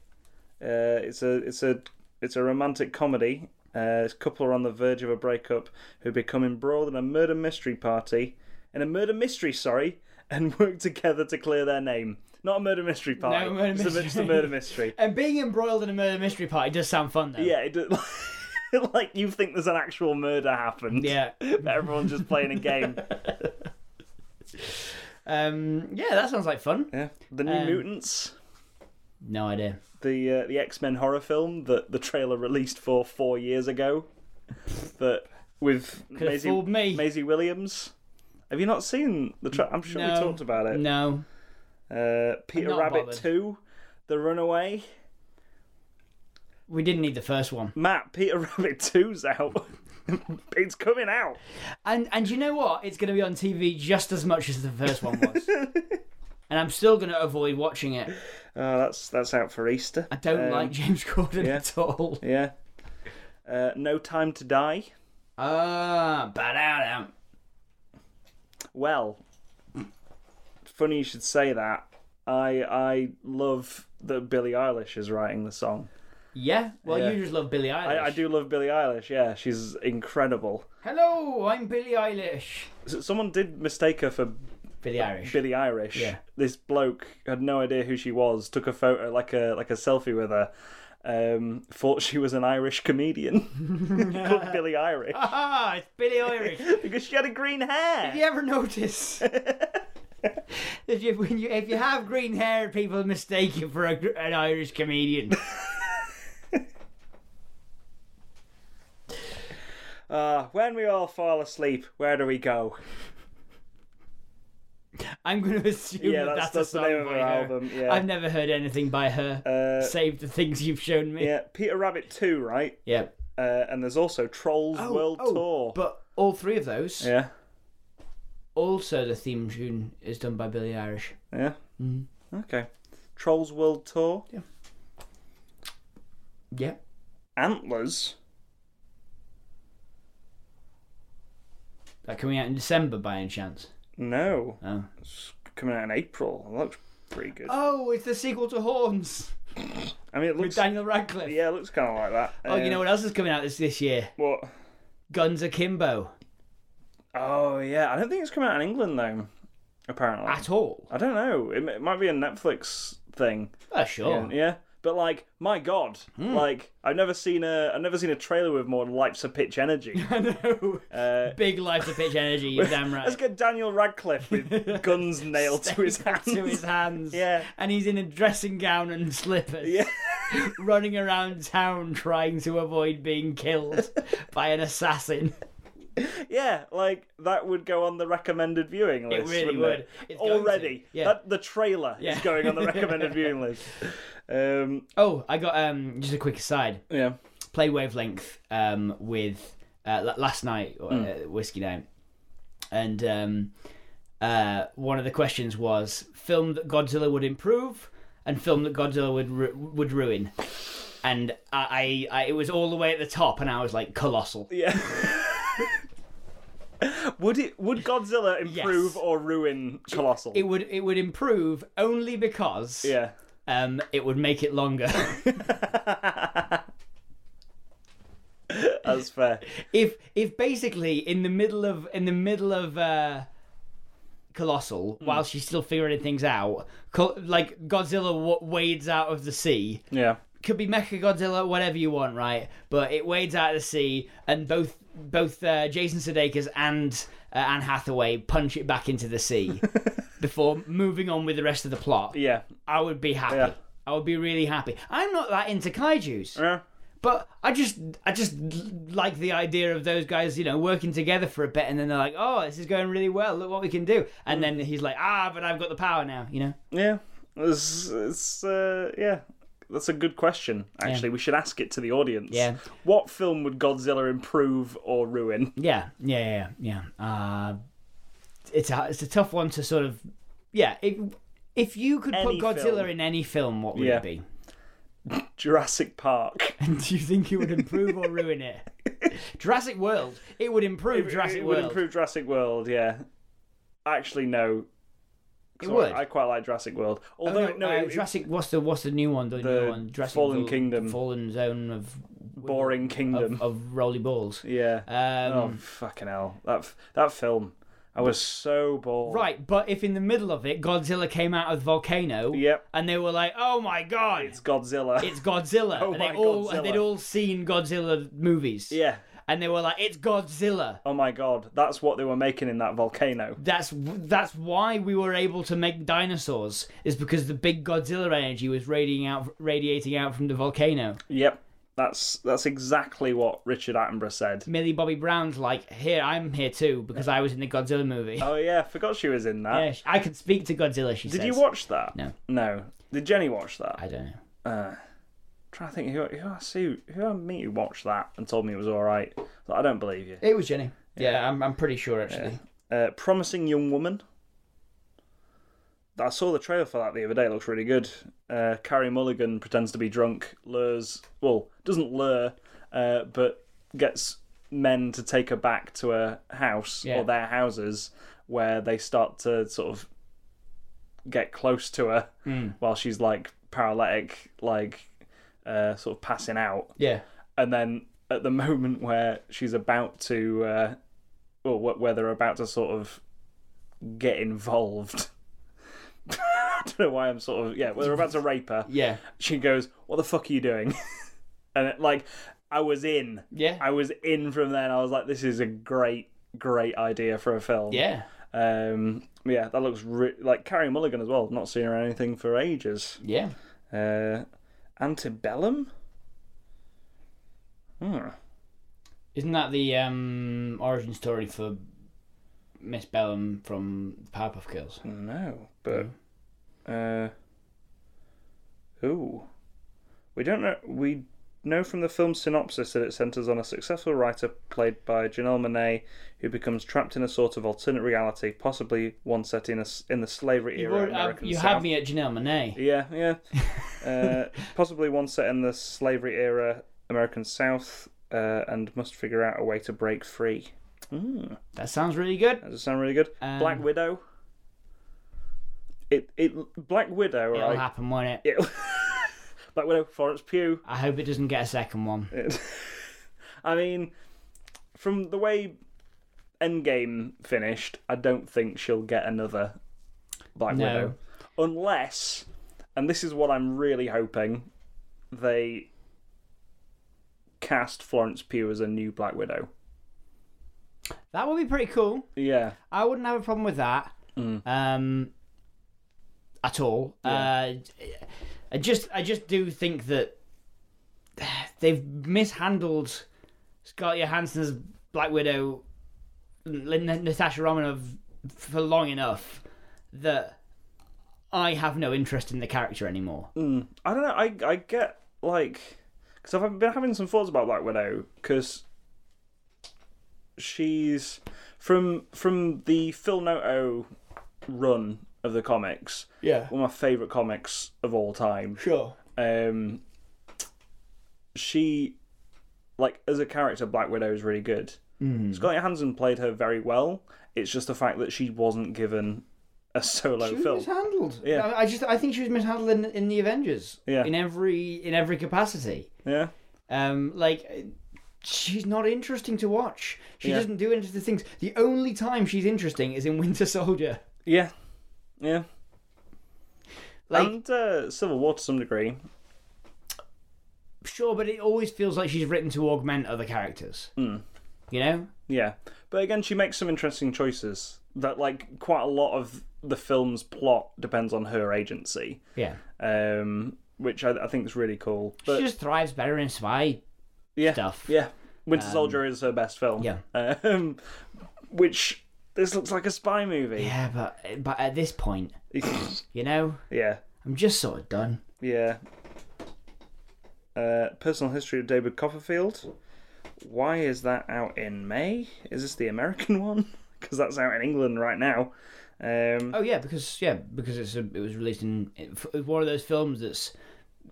Speaker 1: Uh, it's a it's a it's a romantic comedy. Uh, it's a couple are on the verge of a breakup who become embroiled in a murder mystery party, in a murder mystery, sorry, and [laughs] work together to clear their name. Not a murder mystery party.
Speaker 2: No, murder
Speaker 1: it's, A, it's a
Speaker 2: mystery.
Speaker 1: murder mystery.
Speaker 2: And being embroiled in a murder mystery party does sound fun though.
Speaker 1: yeah, it, do- [laughs] like you think there's an actual murder happened.
Speaker 2: Yeah.
Speaker 1: but everyone's just playing a
Speaker 2: [laughs]
Speaker 1: game.
Speaker 2: Um, yeah, that sounds like fun.
Speaker 1: Yeah, the New
Speaker 2: Um,
Speaker 1: Mutants,
Speaker 2: No idea.
Speaker 1: the uh, the X Men horror film that the trailer released for four years ago, that with
Speaker 2: Could have
Speaker 1: Maisie
Speaker 2: fooled me.
Speaker 1: Maisie Williams. Have you not seen the? Tra- I'm sure we
Speaker 2: No.
Speaker 1: talked about it.
Speaker 2: No.
Speaker 1: Uh, Peter
Speaker 2: not
Speaker 1: Rabbit
Speaker 2: bothered.
Speaker 1: Two, The Runaway.
Speaker 2: We didn't need the first one.
Speaker 1: Matt, Peter [laughs] Rabbit 2's out. [laughs] it's coming out.
Speaker 2: And and you know what? It's going to be on TV just as much as the first one
Speaker 1: [laughs]
Speaker 2: was. and I'm still going to avoid watching it.
Speaker 1: Oh, that's that's out for Easter.
Speaker 2: I don't
Speaker 1: Um,
Speaker 2: like James Corden
Speaker 1: yeah.
Speaker 2: at all. [laughs]
Speaker 1: Yeah. Uh, no Time to Die.
Speaker 2: Ah, bad out.
Speaker 1: Well, funny you should say that. I I love that Billie Eilish is writing the song.
Speaker 2: Yeah. Well,
Speaker 1: Yeah.
Speaker 2: you just love Billie Eilish.
Speaker 1: I, I do love Billie Eilish. Yeah, she's incredible.
Speaker 2: Hello, I'm Billie Eilish.
Speaker 1: S- Someone did mistake her for [laughs]
Speaker 2: Billie Irish.
Speaker 1: Billie Irish.
Speaker 2: Yeah.
Speaker 1: This bloke had no idea who she was. Took a photo, like a like a selfie with her. Um, thought she was an Irish comedian [laughs] called Billie Irish
Speaker 2: [laughs] Ah, it's Billie
Speaker 1: [laughs]
Speaker 2: Irish.
Speaker 1: because she had a green
Speaker 2: Have
Speaker 1: hair.
Speaker 2: you
Speaker 1: [laughs]
Speaker 2: ever notice? If you, when you, if you have green hair, people mistake you for a, gr- an Irish
Speaker 1: [laughs]
Speaker 2: comedian.
Speaker 1: Ah, when we all fall asleep, where do we go?
Speaker 2: I'm going to assume
Speaker 1: Yeah,
Speaker 2: that
Speaker 1: that's-
Speaker 2: that's,
Speaker 1: that's
Speaker 2: a
Speaker 1: the
Speaker 2: song
Speaker 1: name of
Speaker 2: by
Speaker 1: her
Speaker 2: her.
Speaker 1: album, yeah.
Speaker 2: I've never heard anything by her
Speaker 1: Uh,
Speaker 2: save the things you've shown me.
Speaker 1: yeah, Peter Rabbit two, right?
Speaker 2: Yeah.
Speaker 1: Uh, and there's also Trolls
Speaker 2: Oh,
Speaker 1: World
Speaker 2: oh,
Speaker 1: Tour.
Speaker 2: But all three of those,
Speaker 1: Yeah,
Speaker 2: also the theme tune is done by Billy Irish.
Speaker 1: yeah.
Speaker 2: Mm-hmm.
Speaker 1: Okay. Trolls World Tour.
Speaker 2: Yep.
Speaker 1: Antlers.
Speaker 2: That coming out in December by any chance?
Speaker 1: No.
Speaker 2: Oh.
Speaker 1: It's coming out in April. It looks pretty good.
Speaker 2: Oh, it's the sequel to Horns
Speaker 1: I mean, it
Speaker 2: with
Speaker 1: looks.
Speaker 2: Daniel Radcliffe.
Speaker 1: Yeah, it looks kind of like that.
Speaker 2: Oh, you
Speaker 1: Um,
Speaker 2: know what else is coming out this this year?
Speaker 1: what?
Speaker 2: Guns Akimbo.
Speaker 1: Oh, yeah. I don't think it's coming out in England, though, apparently.
Speaker 2: At all?
Speaker 1: I don't know. It, m- it might be a Netflix thing.
Speaker 2: Oh, sure.
Speaker 1: Yeah. But like, my God,
Speaker 2: Hmm.
Speaker 1: like I've never seen a I've never seen a trailer with more lights of pitch
Speaker 2: [laughs]
Speaker 1: energy.
Speaker 2: [laughs] I know.
Speaker 1: Uh,
Speaker 2: Big life to pitch energy. You're damn
Speaker 1: [laughs]
Speaker 2: right.
Speaker 1: Let's get Daniel Radcliffe with guns nailed
Speaker 2: [laughs]
Speaker 1: to his hands. [laughs]
Speaker 2: to his hands.
Speaker 1: Yeah.
Speaker 2: And he's in a dressing gown and slippers.
Speaker 1: Yeah.
Speaker 2: Running around town trying to avoid being killed by an assassin.
Speaker 1: Yeah, like that would go on the recommended viewing list.
Speaker 2: really
Speaker 1: wouldn't
Speaker 2: would.
Speaker 1: It?
Speaker 2: It's going
Speaker 1: Already,
Speaker 2: to. Yeah.
Speaker 1: that the trailer is
Speaker 2: Yeah.
Speaker 1: going on the
Speaker 2: [laughs]
Speaker 1: recommended viewing list. Um,
Speaker 2: Oh, I got um just a quick aside.
Speaker 1: yeah,
Speaker 2: Play wavelength um with uh, la- last night uh, whiskey night, and um uh one of the questions was film that Godzilla would improve and film that Godzilla would ru- would ruin. And I, I, I, it was all the way at the top, and I was like, colossal.
Speaker 1: yeah. [laughs] would it? Would Godzilla improve or ruin Colossal?
Speaker 2: It would, it would improve only because
Speaker 1: yeah.
Speaker 2: um, it would make it longer. [laughs]
Speaker 1: That's
Speaker 2: [laughs]
Speaker 1: fair.
Speaker 2: if if basically in the middle of in the middle of uh colossal
Speaker 1: Hmm.
Speaker 2: while she's still figuring things out Col- like godzilla w- wades out of the sea
Speaker 1: Yeah.
Speaker 2: could be mecha godzilla whatever you want right but it wades out of the sea and both both uh, jason sudeikis and uh, anne hathaway punch it back into the sea before moving on with the rest of the plot
Speaker 1: Yeah.
Speaker 2: i would be happy
Speaker 1: Yeah.
Speaker 2: i would be really happy i'm not that into kaijus
Speaker 1: Yeah.
Speaker 2: but I just, I just l- like the idea of those guys, you know, working together for a bit, and then they're like, "Oh, this is going really well. Look what we can do." And
Speaker 1: Mm.
Speaker 2: then he's like, "Ah, but I've got the power now," you know.
Speaker 1: Yeah. It's, it's uh, yeah. That's a good question. Actually, we should ask it to the audience.
Speaker 2: Yeah.
Speaker 1: What film would Godzilla improve or ruin? [laughs]
Speaker 2: Yeah, yeah, yeah, yeah. Uh, it's a, it's a tough one to sort of, yeah. If if you could
Speaker 1: Any
Speaker 2: put Godzilla
Speaker 1: film.
Speaker 2: in any film, what would
Speaker 1: Yeah.
Speaker 2: it be? [laughs]
Speaker 1: Jurassic Park.
Speaker 2: And do you think it would improve or
Speaker 1: [laughs]
Speaker 2: ruin it? Jurassic World. It would improve Jurassic
Speaker 1: it
Speaker 2: World.
Speaker 1: would improve Jurassic World. Yeah. Actually, no. 'Cause
Speaker 2: It would.
Speaker 1: I, I quite like Jurassic World.
Speaker 2: Oh,
Speaker 1: Although
Speaker 2: no,
Speaker 1: no,
Speaker 2: uh,
Speaker 1: it, it,
Speaker 2: Jurassic. What's the what's the new one? The,
Speaker 1: The
Speaker 2: new one. Jurassic
Speaker 1: Fallen
Speaker 2: Vol-
Speaker 1: Kingdom.
Speaker 2: Fallen Zone of
Speaker 1: boring Kingdom.
Speaker 2: of, of roly balls.
Speaker 1: yeah. oh
Speaker 2: Um,
Speaker 1: fucking hell! That f- that film. I was so bored.
Speaker 2: Right, but if in the middle of it Godzilla came out of the volcano,
Speaker 1: Yep.
Speaker 2: and they were like, "Oh my god,
Speaker 1: It's
Speaker 2: it's,
Speaker 1: Godzilla.
Speaker 2: Godzilla,"
Speaker 1: Oh
Speaker 2: and they
Speaker 1: my
Speaker 2: all
Speaker 1: Godzilla.
Speaker 2: and they'd all seen Godzilla
Speaker 1: [laughs]
Speaker 2: movies,
Speaker 1: yeah.
Speaker 2: and they were like, "It's Godzilla."
Speaker 1: Oh my god, that's what they were making in that volcano.
Speaker 2: That's that's why we were able to make dinosaurs is because the big Godzilla energy was radiating out radiating out from the volcano.
Speaker 1: Yep. That's that's exactly what Richard Attenborough said.
Speaker 2: Millie Bobby Brown's like, "Here, I'm here too because I was in the Godzilla movie."
Speaker 1: Oh yeah, forgot she was in that.
Speaker 2: Yeah, I can speak to Godzilla. She
Speaker 1: Did
Speaker 2: says.
Speaker 1: you watch that?
Speaker 2: No.
Speaker 1: No. Did Jenny watch that?
Speaker 2: I don't know.
Speaker 1: Uh, trying to think who who I see who I meet who watched that and told me it was all right. So I don't believe you.
Speaker 2: It was Jenny. Yeah, I'm, I'm pretty sure actually.
Speaker 1: Uh, Promising young woman. I saw the trailer for that the other day. It looks really good. Uh, Carrie Mulligan pretends to be drunk, lures well doesn't lure, uh, but gets men to take her back to her house
Speaker 2: Yeah.
Speaker 1: or their houses where they start to sort of get close to her while she's like paralytic, like uh, sort of passing out
Speaker 2: Yeah.
Speaker 1: and then at the [laughs] moment where she's about to uh or wh- where they're about to sort of get involved [laughs] I don't know why I'm sort of yeah, where they're about to rape her.
Speaker 2: Yeah.
Speaker 1: She goes, "What the fuck are you doing?" [laughs] and it, like I was in.
Speaker 2: Yeah.
Speaker 1: I was in from then. I was like this is a great great idea for a film.
Speaker 2: yeah.
Speaker 1: Um yeah, that looks re- like Carrie Mulligan as well. Not seen her in anything for ages.
Speaker 2: Yeah.
Speaker 1: Uh Antebellum? Hmm.
Speaker 2: Isn't that the um, origin story for Miss Bellum from Powerpuff Girls?
Speaker 1: No, but
Speaker 2: Hmm.
Speaker 1: uh, ooh, we don't know. We know from the film's synopsis that it centers on a successful writer played by Janelle Monet who becomes trapped in a sort of alternate reality, possibly one set in, a, in the slavery
Speaker 2: You,
Speaker 1: era.
Speaker 2: were- uh,
Speaker 1: American
Speaker 2: you
Speaker 1: South.
Speaker 2: had me at Janelle Monet.
Speaker 1: Yeah, yeah.
Speaker 2: [laughs]
Speaker 1: uh, possibly one set in the slavery era American South uh, and must figure out a way to break free. Mm,
Speaker 2: That sounds really good.
Speaker 1: does it sound really good?
Speaker 2: Um,
Speaker 1: Black Widow. It it Black Widow,
Speaker 2: It'll
Speaker 1: right?
Speaker 2: happen, won't it?
Speaker 1: It- [laughs] Black Widow, Florence Pugh.
Speaker 2: I hope it doesn't get a second one.
Speaker 1: It- I mean, from the way Endgame finished, I don't think she'll get another Black
Speaker 2: No.
Speaker 1: Widow. Unless, and this is what I'm really hoping, they cast Florence Pugh as a new Black Widow.
Speaker 2: That would be pretty cool.
Speaker 1: Yeah.
Speaker 2: I wouldn't have a problem with that.
Speaker 1: Mm.
Speaker 2: Um, at all. Uh, I just, I just do think that they've mishandled Scarlett Johansson's Black Widow, N- N- Natasha Romanoff, for long enough that I have no interest in the character anymore.
Speaker 1: Mm. I don't know. I I get like because I've been having some thoughts about Black Widow because she's from from the Phil Noto run of the comics.
Speaker 2: Yeah,
Speaker 1: One of my favorite comics of all time.
Speaker 2: sure.
Speaker 1: Um, she like as a character, Black Widow is really good. Mm. Scarlett Johansson played her very well. It's just the fact that she wasn't given a solo
Speaker 2: She was
Speaker 1: film.
Speaker 2: mishandled.
Speaker 1: Yeah.
Speaker 2: I I just, I think she was mishandled in, in the Avengers.
Speaker 1: Yeah.
Speaker 2: in every, in every capacity.
Speaker 1: Yeah.
Speaker 2: Um, like she's not interesting to watch. She
Speaker 1: Yeah.
Speaker 2: doesn't do interesting things. The only time she's interesting is in Winter Soldier.
Speaker 1: Yeah. Yeah.
Speaker 2: Like
Speaker 1: and uh, Civil War to some degree.
Speaker 2: sure, but it always feels like she's written to augment other characters.
Speaker 1: Hmm.
Speaker 2: You know?
Speaker 1: Yeah, but again, she makes some interesting choices. That like quite a lot of the film's plot depends on her agency,
Speaker 2: Yeah.
Speaker 1: um, which I, I think is really cool.
Speaker 2: she
Speaker 1: But
Speaker 2: just thrives better in spy
Speaker 1: yeah,
Speaker 2: stuff.
Speaker 1: yeah, Winter Soldier is her best film.
Speaker 2: Um, yeah.
Speaker 1: um, which this looks like a spy movie.
Speaker 2: Yeah, but but at this point,
Speaker 1: Yeah,
Speaker 2: you know,
Speaker 1: [coughs] yeah.
Speaker 2: I'm just sort of done.
Speaker 1: Uh, personal history of David Copperfield. Why is that out in May? Is this the American [laughs] one? Because that's out in England right now. Um,
Speaker 2: Oh yeah, because yeah, because it's a, it was released in it's one of those films that's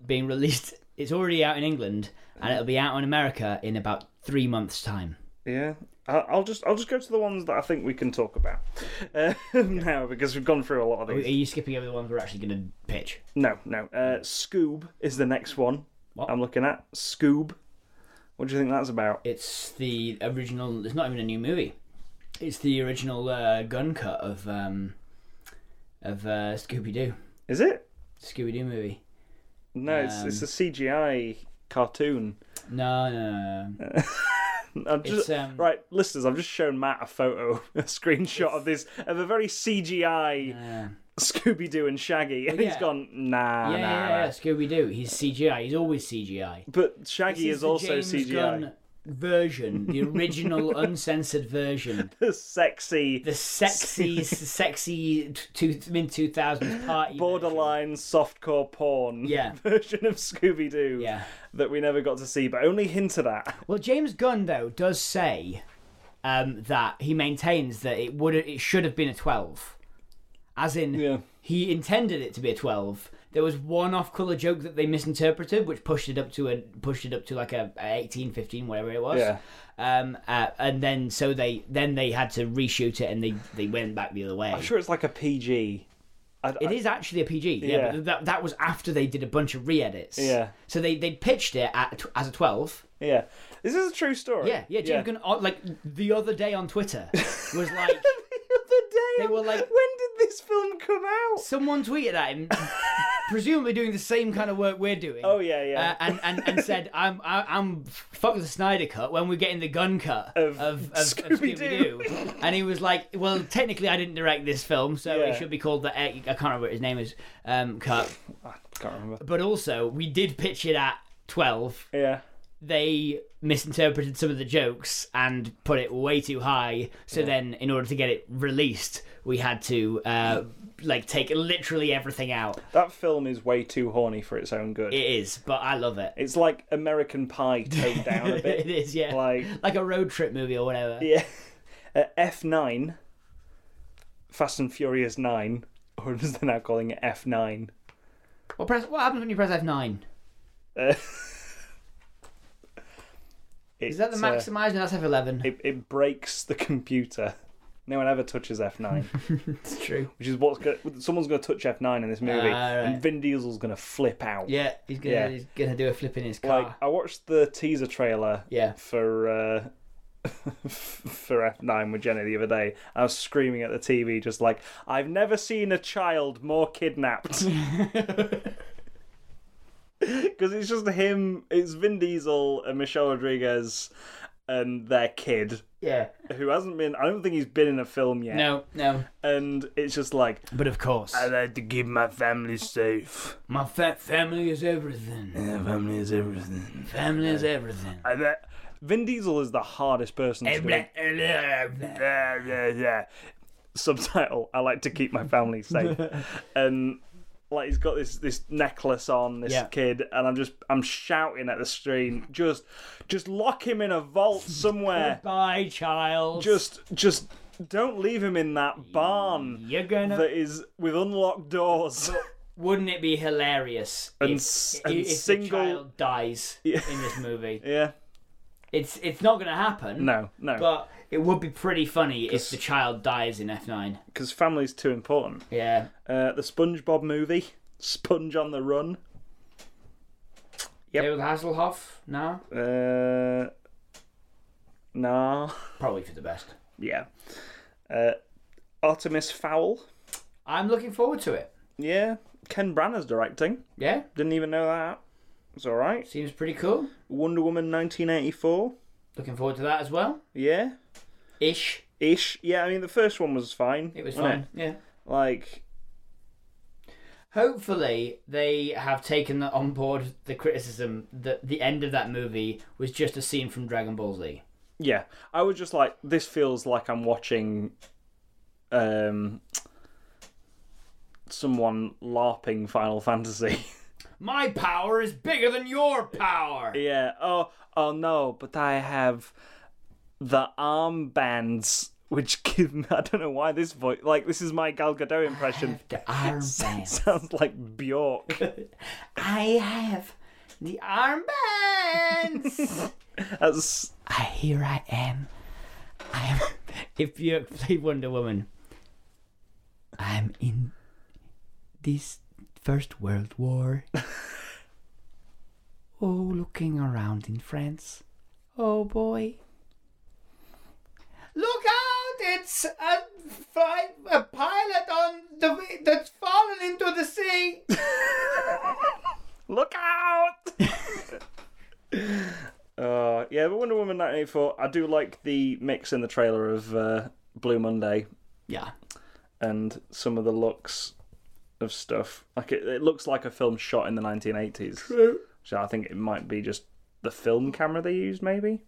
Speaker 2: being released. [laughs] It's already out in England,
Speaker 1: Mm.
Speaker 2: and it'll be out in America in about three months' time.
Speaker 1: Yeah, I- I'll just I'll just go to the ones that I think we can talk about [laughs] uh, now because we've gone through a lot of
Speaker 2: Are
Speaker 1: these.
Speaker 2: you skipping over the ones we're actually going to pitch?
Speaker 1: No, no. Uh, Scoob is the next one
Speaker 2: What?
Speaker 1: I'm looking at. Scoob. What do you think that's about?
Speaker 2: It's the original. It's not even a new movie. It's the original uh, gun cut of um, of uh, Scooby Doo,
Speaker 1: Is it?
Speaker 2: Scooby Doo movie.
Speaker 1: No, it's it's a CGI cartoon.
Speaker 2: No, no, no, no.
Speaker 1: I'm just,
Speaker 2: It's, um,
Speaker 1: right, listeners, I've just shown Matt a photo, [laughs] a screenshot of this of a very CGI
Speaker 2: Uh,
Speaker 1: Scooby Doo and Shaggy, and he's
Speaker 2: yeah.
Speaker 1: gone nah,
Speaker 2: yeah, yeah,
Speaker 1: nah,
Speaker 2: yeah,
Speaker 1: nah.
Speaker 2: Scooby Doo. He's CGI. He's always CGI.
Speaker 1: But Shaggy
Speaker 2: This
Speaker 1: is
Speaker 2: the
Speaker 1: also
Speaker 2: James
Speaker 1: CGI. [laughs]
Speaker 2: Gunn version, the [laughs] original uncensored version,
Speaker 1: The sexy,
Speaker 2: the [laughs] sexy, sexy two, mid two thousands party. version.
Speaker 1: borderline softcore porn
Speaker 2: Yeah.
Speaker 1: [laughs] version of Scooby Doo
Speaker 2: Yeah.
Speaker 1: that we never got to see, but only hinted at.
Speaker 2: Well, James Gunn though does say um, that he maintains that it would it should have been a twelve, as in
Speaker 1: Yeah.
Speaker 2: he intended it to be a twelve. There was one off-color joke that they misinterpreted, which pushed it up to a pushed it up to like a, a 18, 15, whatever it was.
Speaker 1: Yeah.
Speaker 2: Um, uh, and then so they then they had to reshoot it, and they they went back the other way.
Speaker 1: I'm sure it's like a PG. I,
Speaker 2: It is actually a PG. Yeah,
Speaker 1: Yeah.
Speaker 2: but that that was after they did a bunch of re-edits.
Speaker 1: Yeah.
Speaker 2: So they they pitched it at, a tw- as a twelve.
Speaker 1: yeah. This is a true story.
Speaker 2: Yeah, yeah. James
Speaker 1: [laughs]
Speaker 2: Gunn, uh, like the other day on Twitter, was like
Speaker 1: the other day,
Speaker 2: They were like-
Speaker 1: when did this film come out?
Speaker 2: someone tweeted at him, presumably doing the same kind of work we're doing.
Speaker 1: Oh, yeah, yeah.
Speaker 2: Uh, and, and and said, I'm I, I'm fuck the Snyder cut when we're getting the gun cut
Speaker 1: Of
Speaker 2: Scooby
Speaker 1: Scooby-Doo.
Speaker 2: Doo. and he was like, well, technically I didn't direct this film, so
Speaker 1: Yeah.
Speaker 2: it should be called the I can't remember what his name is um cut.
Speaker 1: I can't remember.
Speaker 2: But also we did pitch it at twelve.
Speaker 1: Yeah.
Speaker 2: they misinterpreted some of the jokes and put it way too high. So then, in order to get it released, we had to uh, like take literally everything out.
Speaker 1: That film is way too horny for its own good.
Speaker 2: It is, but I love it.
Speaker 1: It's like American Pie toned down
Speaker 2: [laughs]
Speaker 1: a
Speaker 2: it
Speaker 1: bit.
Speaker 2: is, yeah, like...
Speaker 1: Like
Speaker 2: a road trip movie or whatever.
Speaker 1: yeah, [laughs] uh, F nine, Fast and Furious nine, or as they're now calling it F nine.
Speaker 2: Well, press what happens when you press F nine?
Speaker 1: Uh,
Speaker 2: Is that the
Speaker 1: it's, uh,
Speaker 2: maximizer? No, that's F eleven.
Speaker 1: it, it breaks the computer. No one ever touches F
Speaker 2: [laughs]
Speaker 1: nine,
Speaker 2: It's true.
Speaker 1: which is what's go- someone's going to touch F nine in this movie,
Speaker 2: Ah, right.
Speaker 1: and Vin Diesel's going to flip out.
Speaker 2: Yeah, he's gonna
Speaker 1: Yeah.
Speaker 2: he's gonna do a flip in his car.
Speaker 1: Like I watched the teaser trailer
Speaker 2: [laughs] Yeah.
Speaker 1: for uh, [laughs] for F nine with Jenny the other day. I was screaming at the TV, just like I've never seen a child more kidnapped.
Speaker 2: [laughs]
Speaker 1: Because it's just him, it's Vin Diesel and Michelle Rodriguez and their kid
Speaker 2: Yeah.
Speaker 1: who hasn't been. I don't think he's been in a film yet.
Speaker 2: No, no.
Speaker 1: And it's just like
Speaker 2: But of course,
Speaker 1: like to keep my family safe.
Speaker 2: my fat family is everything.
Speaker 1: My family is everything.
Speaker 2: Family is everything.
Speaker 1: And that, Vin Diesel is the hardest person to do. yeah, yeah, yeah. Subtitle: I like to keep my family
Speaker 2: [laughs]
Speaker 1: safe, and like he's got this this necklace on this
Speaker 2: Yeah.
Speaker 1: kid, and I'm just I'm shouting at the screen, just just lock him in a vault
Speaker 2: [laughs]
Speaker 1: somewhere,
Speaker 2: Bye, child.
Speaker 1: just just don't leave him in that barn
Speaker 2: You're gonna.
Speaker 1: that is with unlocked
Speaker 2: [laughs]
Speaker 1: doors.
Speaker 2: Wouldn't it be hilarious
Speaker 1: And
Speaker 2: if,
Speaker 1: s-
Speaker 2: i-
Speaker 1: and
Speaker 2: if
Speaker 1: single-
Speaker 2: the child dies
Speaker 1: [laughs] Yeah.
Speaker 2: in this movie?
Speaker 1: yeah,
Speaker 2: It's it's not gonna happen.
Speaker 1: no, no,
Speaker 2: But it would be pretty funny if the child dies in F nine.
Speaker 1: because family's too important.
Speaker 2: Yeah.
Speaker 1: Uh, the SpongeBob movie, [laughs] Sponge on the Run. Yep.
Speaker 2: David Hasselhoff. No.
Speaker 1: Uh, nah.
Speaker 2: Probably for the best.
Speaker 1: Yeah. Uh, Artemis Fowl.
Speaker 2: I'm looking forward to it.
Speaker 1: Yeah. Ken Branagh's directing.
Speaker 2: Yeah.
Speaker 1: Didn't even know that. It's all right.
Speaker 2: Seems pretty cool.
Speaker 1: Wonder Woman 1984.
Speaker 2: Looking forward to that as well.
Speaker 1: Yeah.
Speaker 2: Ish.
Speaker 1: Ish. Yeah, I mean, the first one was fine.
Speaker 2: It was
Speaker 1: wasn't
Speaker 2: fun. Yeah.
Speaker 1: it? Like,
Speaker 2: Hopefully, they have taken on board the criticism that the end of that movie was just a scene from Dragon Ball Z.
Speaker 1: yeah. I was just like, this feels like I'm watching um, someone LARPing Final Fantasy. [laughs]
Speaker 2: My power is bigger than your power.
Speaker 1: Yeah. Oh. Oh no. But I have the armbands, which [laughs] give me. I don't know why this voice. Like this is my Gal Gadot impression.
Speaker 2: The armband.
Speaker 1: Sounds like Bjork.
Speaker 2: I have the armbands.
Speaker 1: That's
Speaker 2: I here I am. I am. [laughs] If you played Wonder Woman, I'm in this First World [laughs] War. oh, looking around in France. Oh boy. Look out! It's a, flight, a pilot on the w- that's fallen into the [laughs] sea.
Speaker 1: look out. [laughs] Uh, yeah, but Wonder Woman 1984. I do like the mix in the trailer of uh, Blue Monday
Speaker 2: Yeah.
Speaker 1: and some of the looks of stuff. Like it, it looks like a film shot in the 1980s. So I think it might be just the film camera they use, maybe.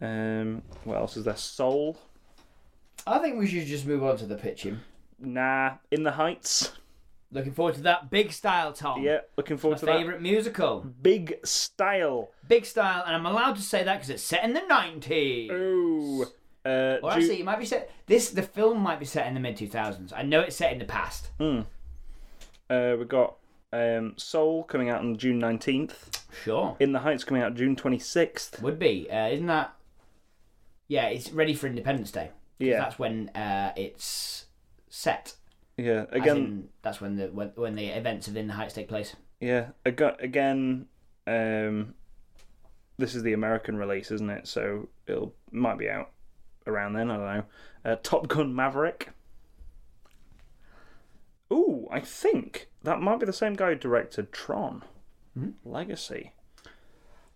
Speaker 1: Um, what else is there? Soul.
Speaker 2: I think we should just move on to the pitching.
Speaker 1: Nah. In the Heights.
Speaker 2: Looking forward to that big style, Tom.
Speaker 1: Yeah, looking forward to
Speaker 2: Favorite musical,
Speaker 1: that. Big style.
Speaker 2: big style, and I'm allowed to say that because it's set in the 90s.
Speaker 1: Ooh. Uh,
Speaker 2: or
Speaker 1: Ju-
Speaker 2: actually, it might be set. This the film might be set in the mid 2000s. I know it's set in the past.
Speaker 1: uh, we got um, Soul coming out on June 19th.
Speaker 2: Sure,
Speaker 1: In the Heights coming out June 26th.
Speaker 2: would be. Uh, isn't that? Yeah, it's ready for Independence Day. 'Cause
Speaker 1: Yeah.
Speaker 2: that's when uh, it's set.
Speaker 1: Yeah.
Speaker 2: As
Speaker 1: Again,
Speaker 2: in, that's when the when, when the events of In the Heights take place.
Speaker 1: Yeah, aga- again, um, this is the American release, isn't it? So it'll might be out around then. I don't know. Uh, Top Gun Maverick. Ooh, I think that might be the same guy who directed Tron
Speaker 2: Hmm?
Speaker 1: Legacy.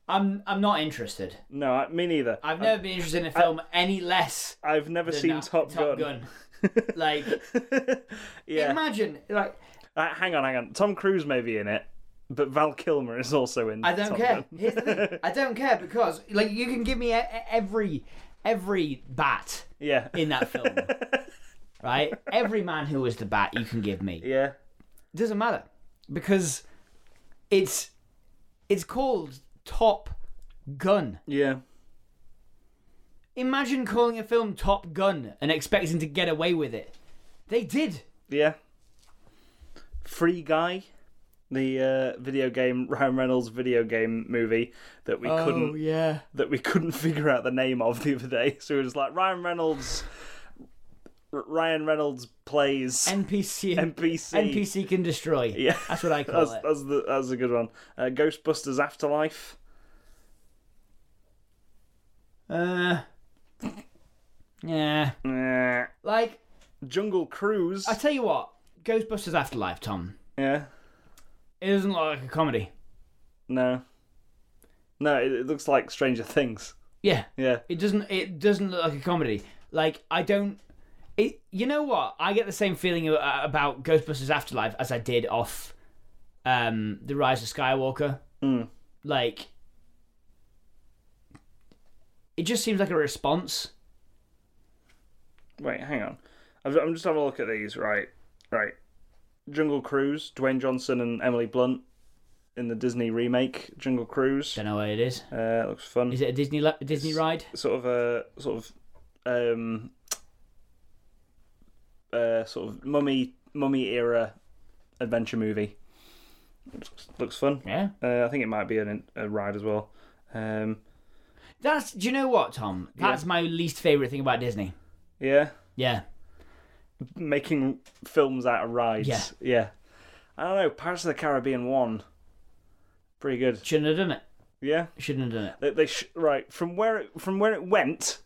Speaker 2: I'm I'm not interested.
Speaker 1: No, I- me neither.
Speaker 2: I've never been interested in a film any less
Speaker 1: I've never
Speaker 2: than
Speaker 1: Uh, seen
Speaker 2: that-
Speaker 1: Top,
Speaker 2: Top
Speaker 1: Gun.
Speaker 2: Gun. like
Speaker 1: [laughs] yeah.
Speaker 2: imagine like
Speaker 1: Uh, hang on, hang on. Tom Cruise may be in it. But Val Kilmer is also in.
Speaker 2: I don't
Speaker 1: Top
Speaker 2: care.
Speaker 1: Gun.
Speaker 2: Here's the thing. I don't care because like you can give me e every every bat
Speaker 1: Yeah.
Speaker 2: in that film, right? Every man who was the bat you can give me.
Speaker 1: [laughs] Yeah.
Speaker 2: It doesn't matter because it's it's called Top Gun.
Speaker 1: Yeah.
Speaker 2: Imagine calling a film Top Gun and expecting to get away with it. They did.
Speaker 1: Yeah. Free Guy, the uh, video game [laughs] Ryan Reynolds video game movie that
Speaker 2: Oh.
Speaker 1: we couldn't
Speaker 2: yeah.
Speaker 1: that we couldn't [laughs] figure out the name of the other day. So it was like Ryan Reynolds. R- Ryan Reynolds plays
Speaker 2: NPC
Speaker 1: NPC.
Speaker 2: NPC can destroy.
Speaker 1: Yeah,
Speaker 2: That's what I call
Speaker 1: that's,
Speaker 2: it.
Speaker 1: that's the that's a good one. Uh, Ghostbusters Afterlife.
Speaker 2: Uh, yeah.
Speaker 1: Nah.
Speaker 2: Like
Speaker 1: Jungle Cruise.
Speaker 2: I tell you what, Ghostbusters Afterlife, Tom.
Speaker 1: yeah.
Speaker 2: It doesn't look like a comedy.
Speaker 1: No. No, it, it looks like Stranger Things.
Speaker 2: Yeah.
Speaker 1: Yeah.
Speaker 2: It doesn't. It doesn't look like a comedy. Like I don't. It. You know what? I get the same feeling a- about Ghostbusters Afterlife as I did off, um, the Rise of Skywalker.
Speaker 1: Mm.
Speaker 2: Like, it just seems like a response.
Speaker 1: Wait, hang on. I've- I'm just having a look at these. Right, right. Jungle Cruise, Dwayne Johnson and Emily Blunt in the Disney remake. Jungle Cruise.
Speaker 2: Don't know what it is.
Speaker 1: Uh, looks fun.
Speaker 2: Is it a Disney a Disney ride?
Speaker 1: sort of a sort of um uh sort of mummy mummy era adventure movie. Looks, looks fun.
Speaker 2: Yeah.
Speaker 1: Uh, I think it might be an, a ride as well. Um,
Speaker 2: That's. Do you know what, Tom? That's my least favorite thing about Disney.
Speaker 1: yeah,
Speaker 2: Yeah.
Speaker 1: making films out of rides.
Speaker 2: Yeah.
Speaker 1: yeah. I don't know. Pirates of the Caribbean one, pretty good.
Speaker 2: Shouldn't have done it.
Speaker 1: Yeah,
Speaker 2: Shouldn't have done it.
Speaker 1: they, they sh- right from where it from where it went,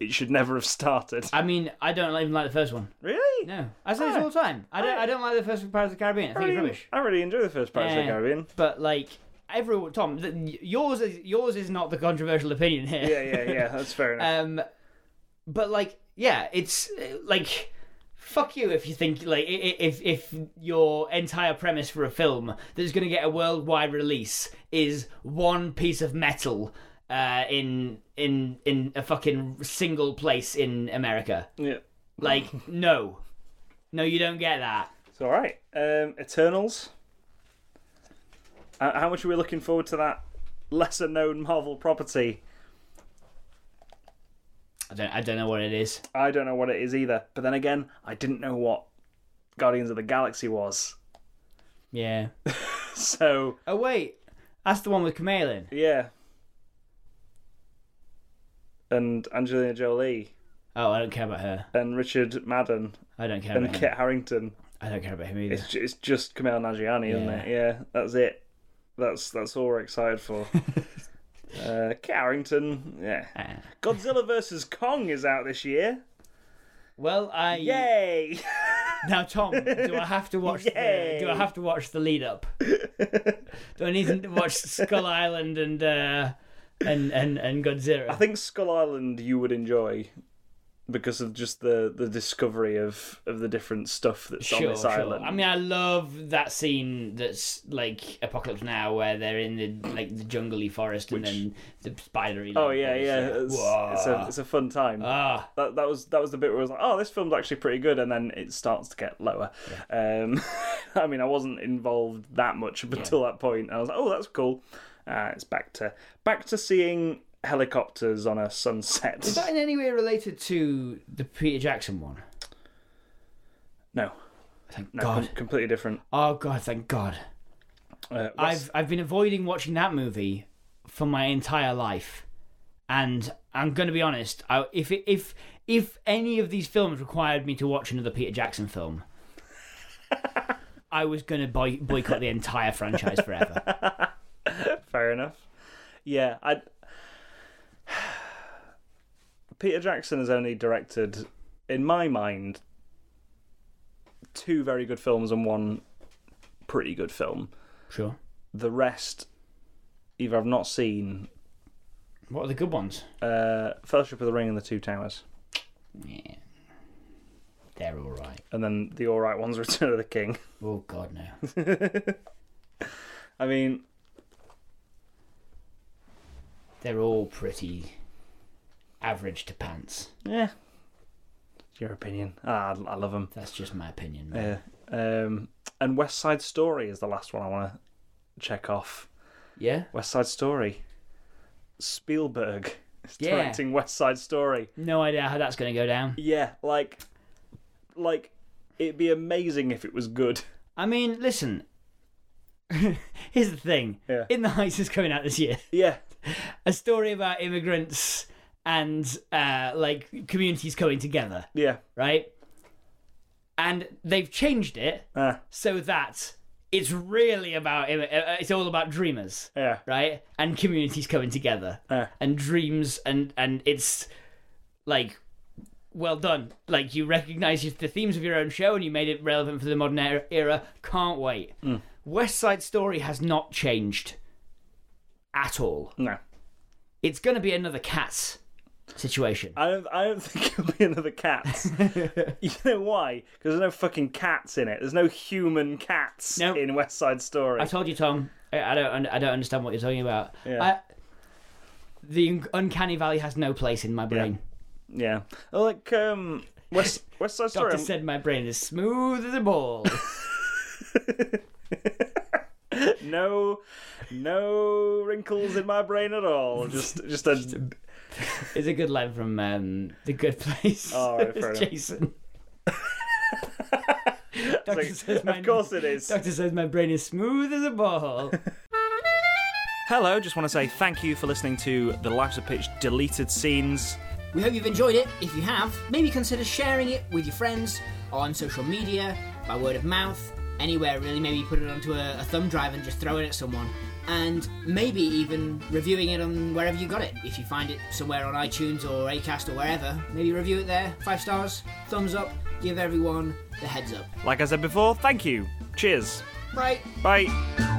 Speaker 1: it should never have started.
Speaker 2: I mean, I don't even like the first one.
Speaker 1: Really?
Speaker 2: No, I say this
Speaker 1: Oh.
Speaker 2: all the time. I don't. I don't like the first Pirates of the Caribbean. I think it's rubbish.
Speaker 1: I really enjoy the first Pirates of
Speaker 2: Yeah.
Speaker 1: the Caribbean.
Speaker 2: But like everyone, Tom, th- y- yours is yours is not the controversial opinion here.
Speaker 1: Yeah, yeah, yeah. That's fair enough.
Speaker 2: [laughs] Um, but like, yeah, it's uh, like, fuck you if you think like i- i- if if your entire premise for a film that's going to get a worldwide release is one piece of metal. Uh, in in in a fucking single place in America,
Speaker 1: yeah.
Speaker 2: like no, no, you don't get that.
Speaker 1: It's all right. Um, Eternals. Uh, how much are we looking forward to that lesser known Marvel property?
Speaker 2: I don't I don't know what it is.
Speaker 1: I don't know what it is either. But then again, I didn't know what Guardians of the Galaxy was. [laughs]
Speaker 2: Yeah.
Speaker 1: So,
Speaker 2: Oh wait, that's the one with Chameleon.
Speaker 1: yeah. And Angelina Jolie
Speaker 2: Oh, I don't care about her.
Speaker 1: and Richard Madden
Speaker 2: I don't care
Speaker 1: and
Speaker 2: about him.
Speaker 1: Kit Harrington.
Speaker 2: I don't care about him either.
Speaker 1: It's, ju- it's just Kamal Nagiani, isn't
Speaker 2: Yeah.
Speaker 1: it? Yeah, that's it. That's that's all we're excited
Speaker 2: [laughs]
Speaker 1: for. uh, Kit Harrington, yeah.
Speaker 2: Ah.
Speaker 1: Godzilla vs Kong is out this year.
Speaker 2: Well, I
Speaker 1: Yay! [laughs]
Speaker 2: now Tom, do I have to watch? the,
Speaker 1: Yay.
Speaker 2: do I have to watch the lead up? do I need to watch Skull Island and uh, and and and
Speaker 1: I
Speaker 2: Godzilla?
Speaker 1: think Skull Island you would enjoy because of just the, the discovery of, of the different stuff that's on
Speaker 2: Sure,
Speaker 1: this
Speaker 2: sure.
Speaker 1: island.
Speaker 2: I mean, I love that scene that's like Apocalypse Now, where they're in the like the jungly forest and then the spidery.
Speaker 1: oh yeah, yeah. It's, it's a it's a fun time.
Speaker 2: ah,
Speaker 1: that, that was that was the bit where I was like, oh, this film's actually pretty good, and then it starts to get lower. Um, [laughs] I mean, I wasn't involved that much up until that point. I was like, oh, that's cool. Uh, it's back to back to seeing helicopters on a sunset.
Speaker 2: is that in any way related to the Peter Jackson one?
Speaker 1: No,
Speaker 2: Thank
Speaker 1: no,
Speaker 2: God.
Speaker 1: com- completely different.
Speaker 2: Oh God, thank God.
Speaker 1: Uh, Wes-
Speaker 2: I've I've been avoiding watching that movie for my entire life, and I'm going to be honest. I, if it, if if any of these films required me to watch another Peter Jackson film, I was going to boy, boycott the entire franchise forever.
Speaker 1: fair enough. Yeah, I. [sighs] Peter Jackson has only directed, in my mind, two very good films and one pretty good film.
Speaker 2: Sure.
Speaker 1: the rest either I've not seen
Speaker 2: What are the good ones?
Speaker 1: uh, Fellowship of the Ring and the Two Towers,
Speaker 2: Yeah, they're all right.
Speaker 1: [laughs] and then the all right ones Return of the King.
Speaker 2: Oh God, no.
Speaker 1: I mean,
Speaker 2: They're all pretty average to pants.
Speaker 1: yeah. It's Your opinion. Ah, I, I love them.
Speaker 2: That's just my opinion, man.
Speaker 1: Yeah. Um, and West Side Story is the last one I want to check off.
Speaker 2: Yeah?
Speaker 1: West Side Story. Spielberg is
Speaker 2: Yeah.
Speaker 1: directing West Side Story.
Speaker 2: No idea how that's going to go down.
Speaker 1: Yeah, like, like, it'd be amazing if it was good.
Speaker 2: I mean, listen. [laughs] Here's the thing.
Speaker 1: Yeah.
Speaker 2: In the Heights is coming out this year.
Speaker 1: Yeah,
Speaker 2: A story about immigrants and uh, like communities coming together,
Speaker 1: yeah.
Speaker 2: right? And they've changed it
Speaker 1: Ah,
Speaker 2: so that it's really about im- uh, it's all about dreamers,
Speaker 1: yeah,
Speaker 2: right? And communities coming together
Speaker 1: Uh.
Speaker 2: and dreams and and it's like well done. Like you recognize the themes of your own show and you made it relevant for the modern era. era. Can't wait. West Side Story has not changed at all.
Speaker 1: no.
Speaker 2: It's going to be another Cats situation.
Speaker 1: I don't. [laughs] I don't think it'll be another
Speaker 2: [laughs]
Speaker 1: cats. you know why? Because there's no fucking cats in it. There's no human cats
Speaker 2: No.
Speaker 1: in West Side Story.
Speaker 2: I told you, Tom. I, I don't. un- I don't understand what you're talking about. I, the un- uncanny valley has no place in my brain.
Speaker 1: yeah, like um,
Speaker 2: [laughs]
Speaker 1: West West Side Story.
Speaker 2: Doctor said my brain is smooth as a ball.
Speaker 1: no, no wrinkles in my brain at
Speaker 2: [laughs]
Speaker 1: all. Just, just a.
Speaker 2: it's a good line from um, The Good Place.
Speaker 1: All Oh, right, fair
Speaker 2: [laughs] It's
Speaker 1: enough. [laughs]
Speaker 2: Jason.
Speaker 1: It's
Speaker 2: Doctor
Speaker 1: like,
Speaker 2: says my
Speaker 1: of course it is.
Speaker 2: Doctor says my brain is smooth as
Speaker 1: [laughs]
Speaker 2: a ball.
Speaker 1: Hello, just want to say thank you for listening to the Life's a Pitch deleted scenes.
Speaker 3: We hope you've enjoyed it. If you have, maybe consider sharing it with your friends on social media, by word of mouth, anywhere really. Maybe put it onto a, a thumb drive and just throw it at someone. And maybe even reviewing it on wherever you got it. If you find it somewhere on iTunes or Acast or wherever, maybe review it there. Five stars, thumbs up, give everyone the heads up.
Speaker 1: Like I said before, thank you. Cheers.
Speaker 3: Right.
Speaker 1: Bye.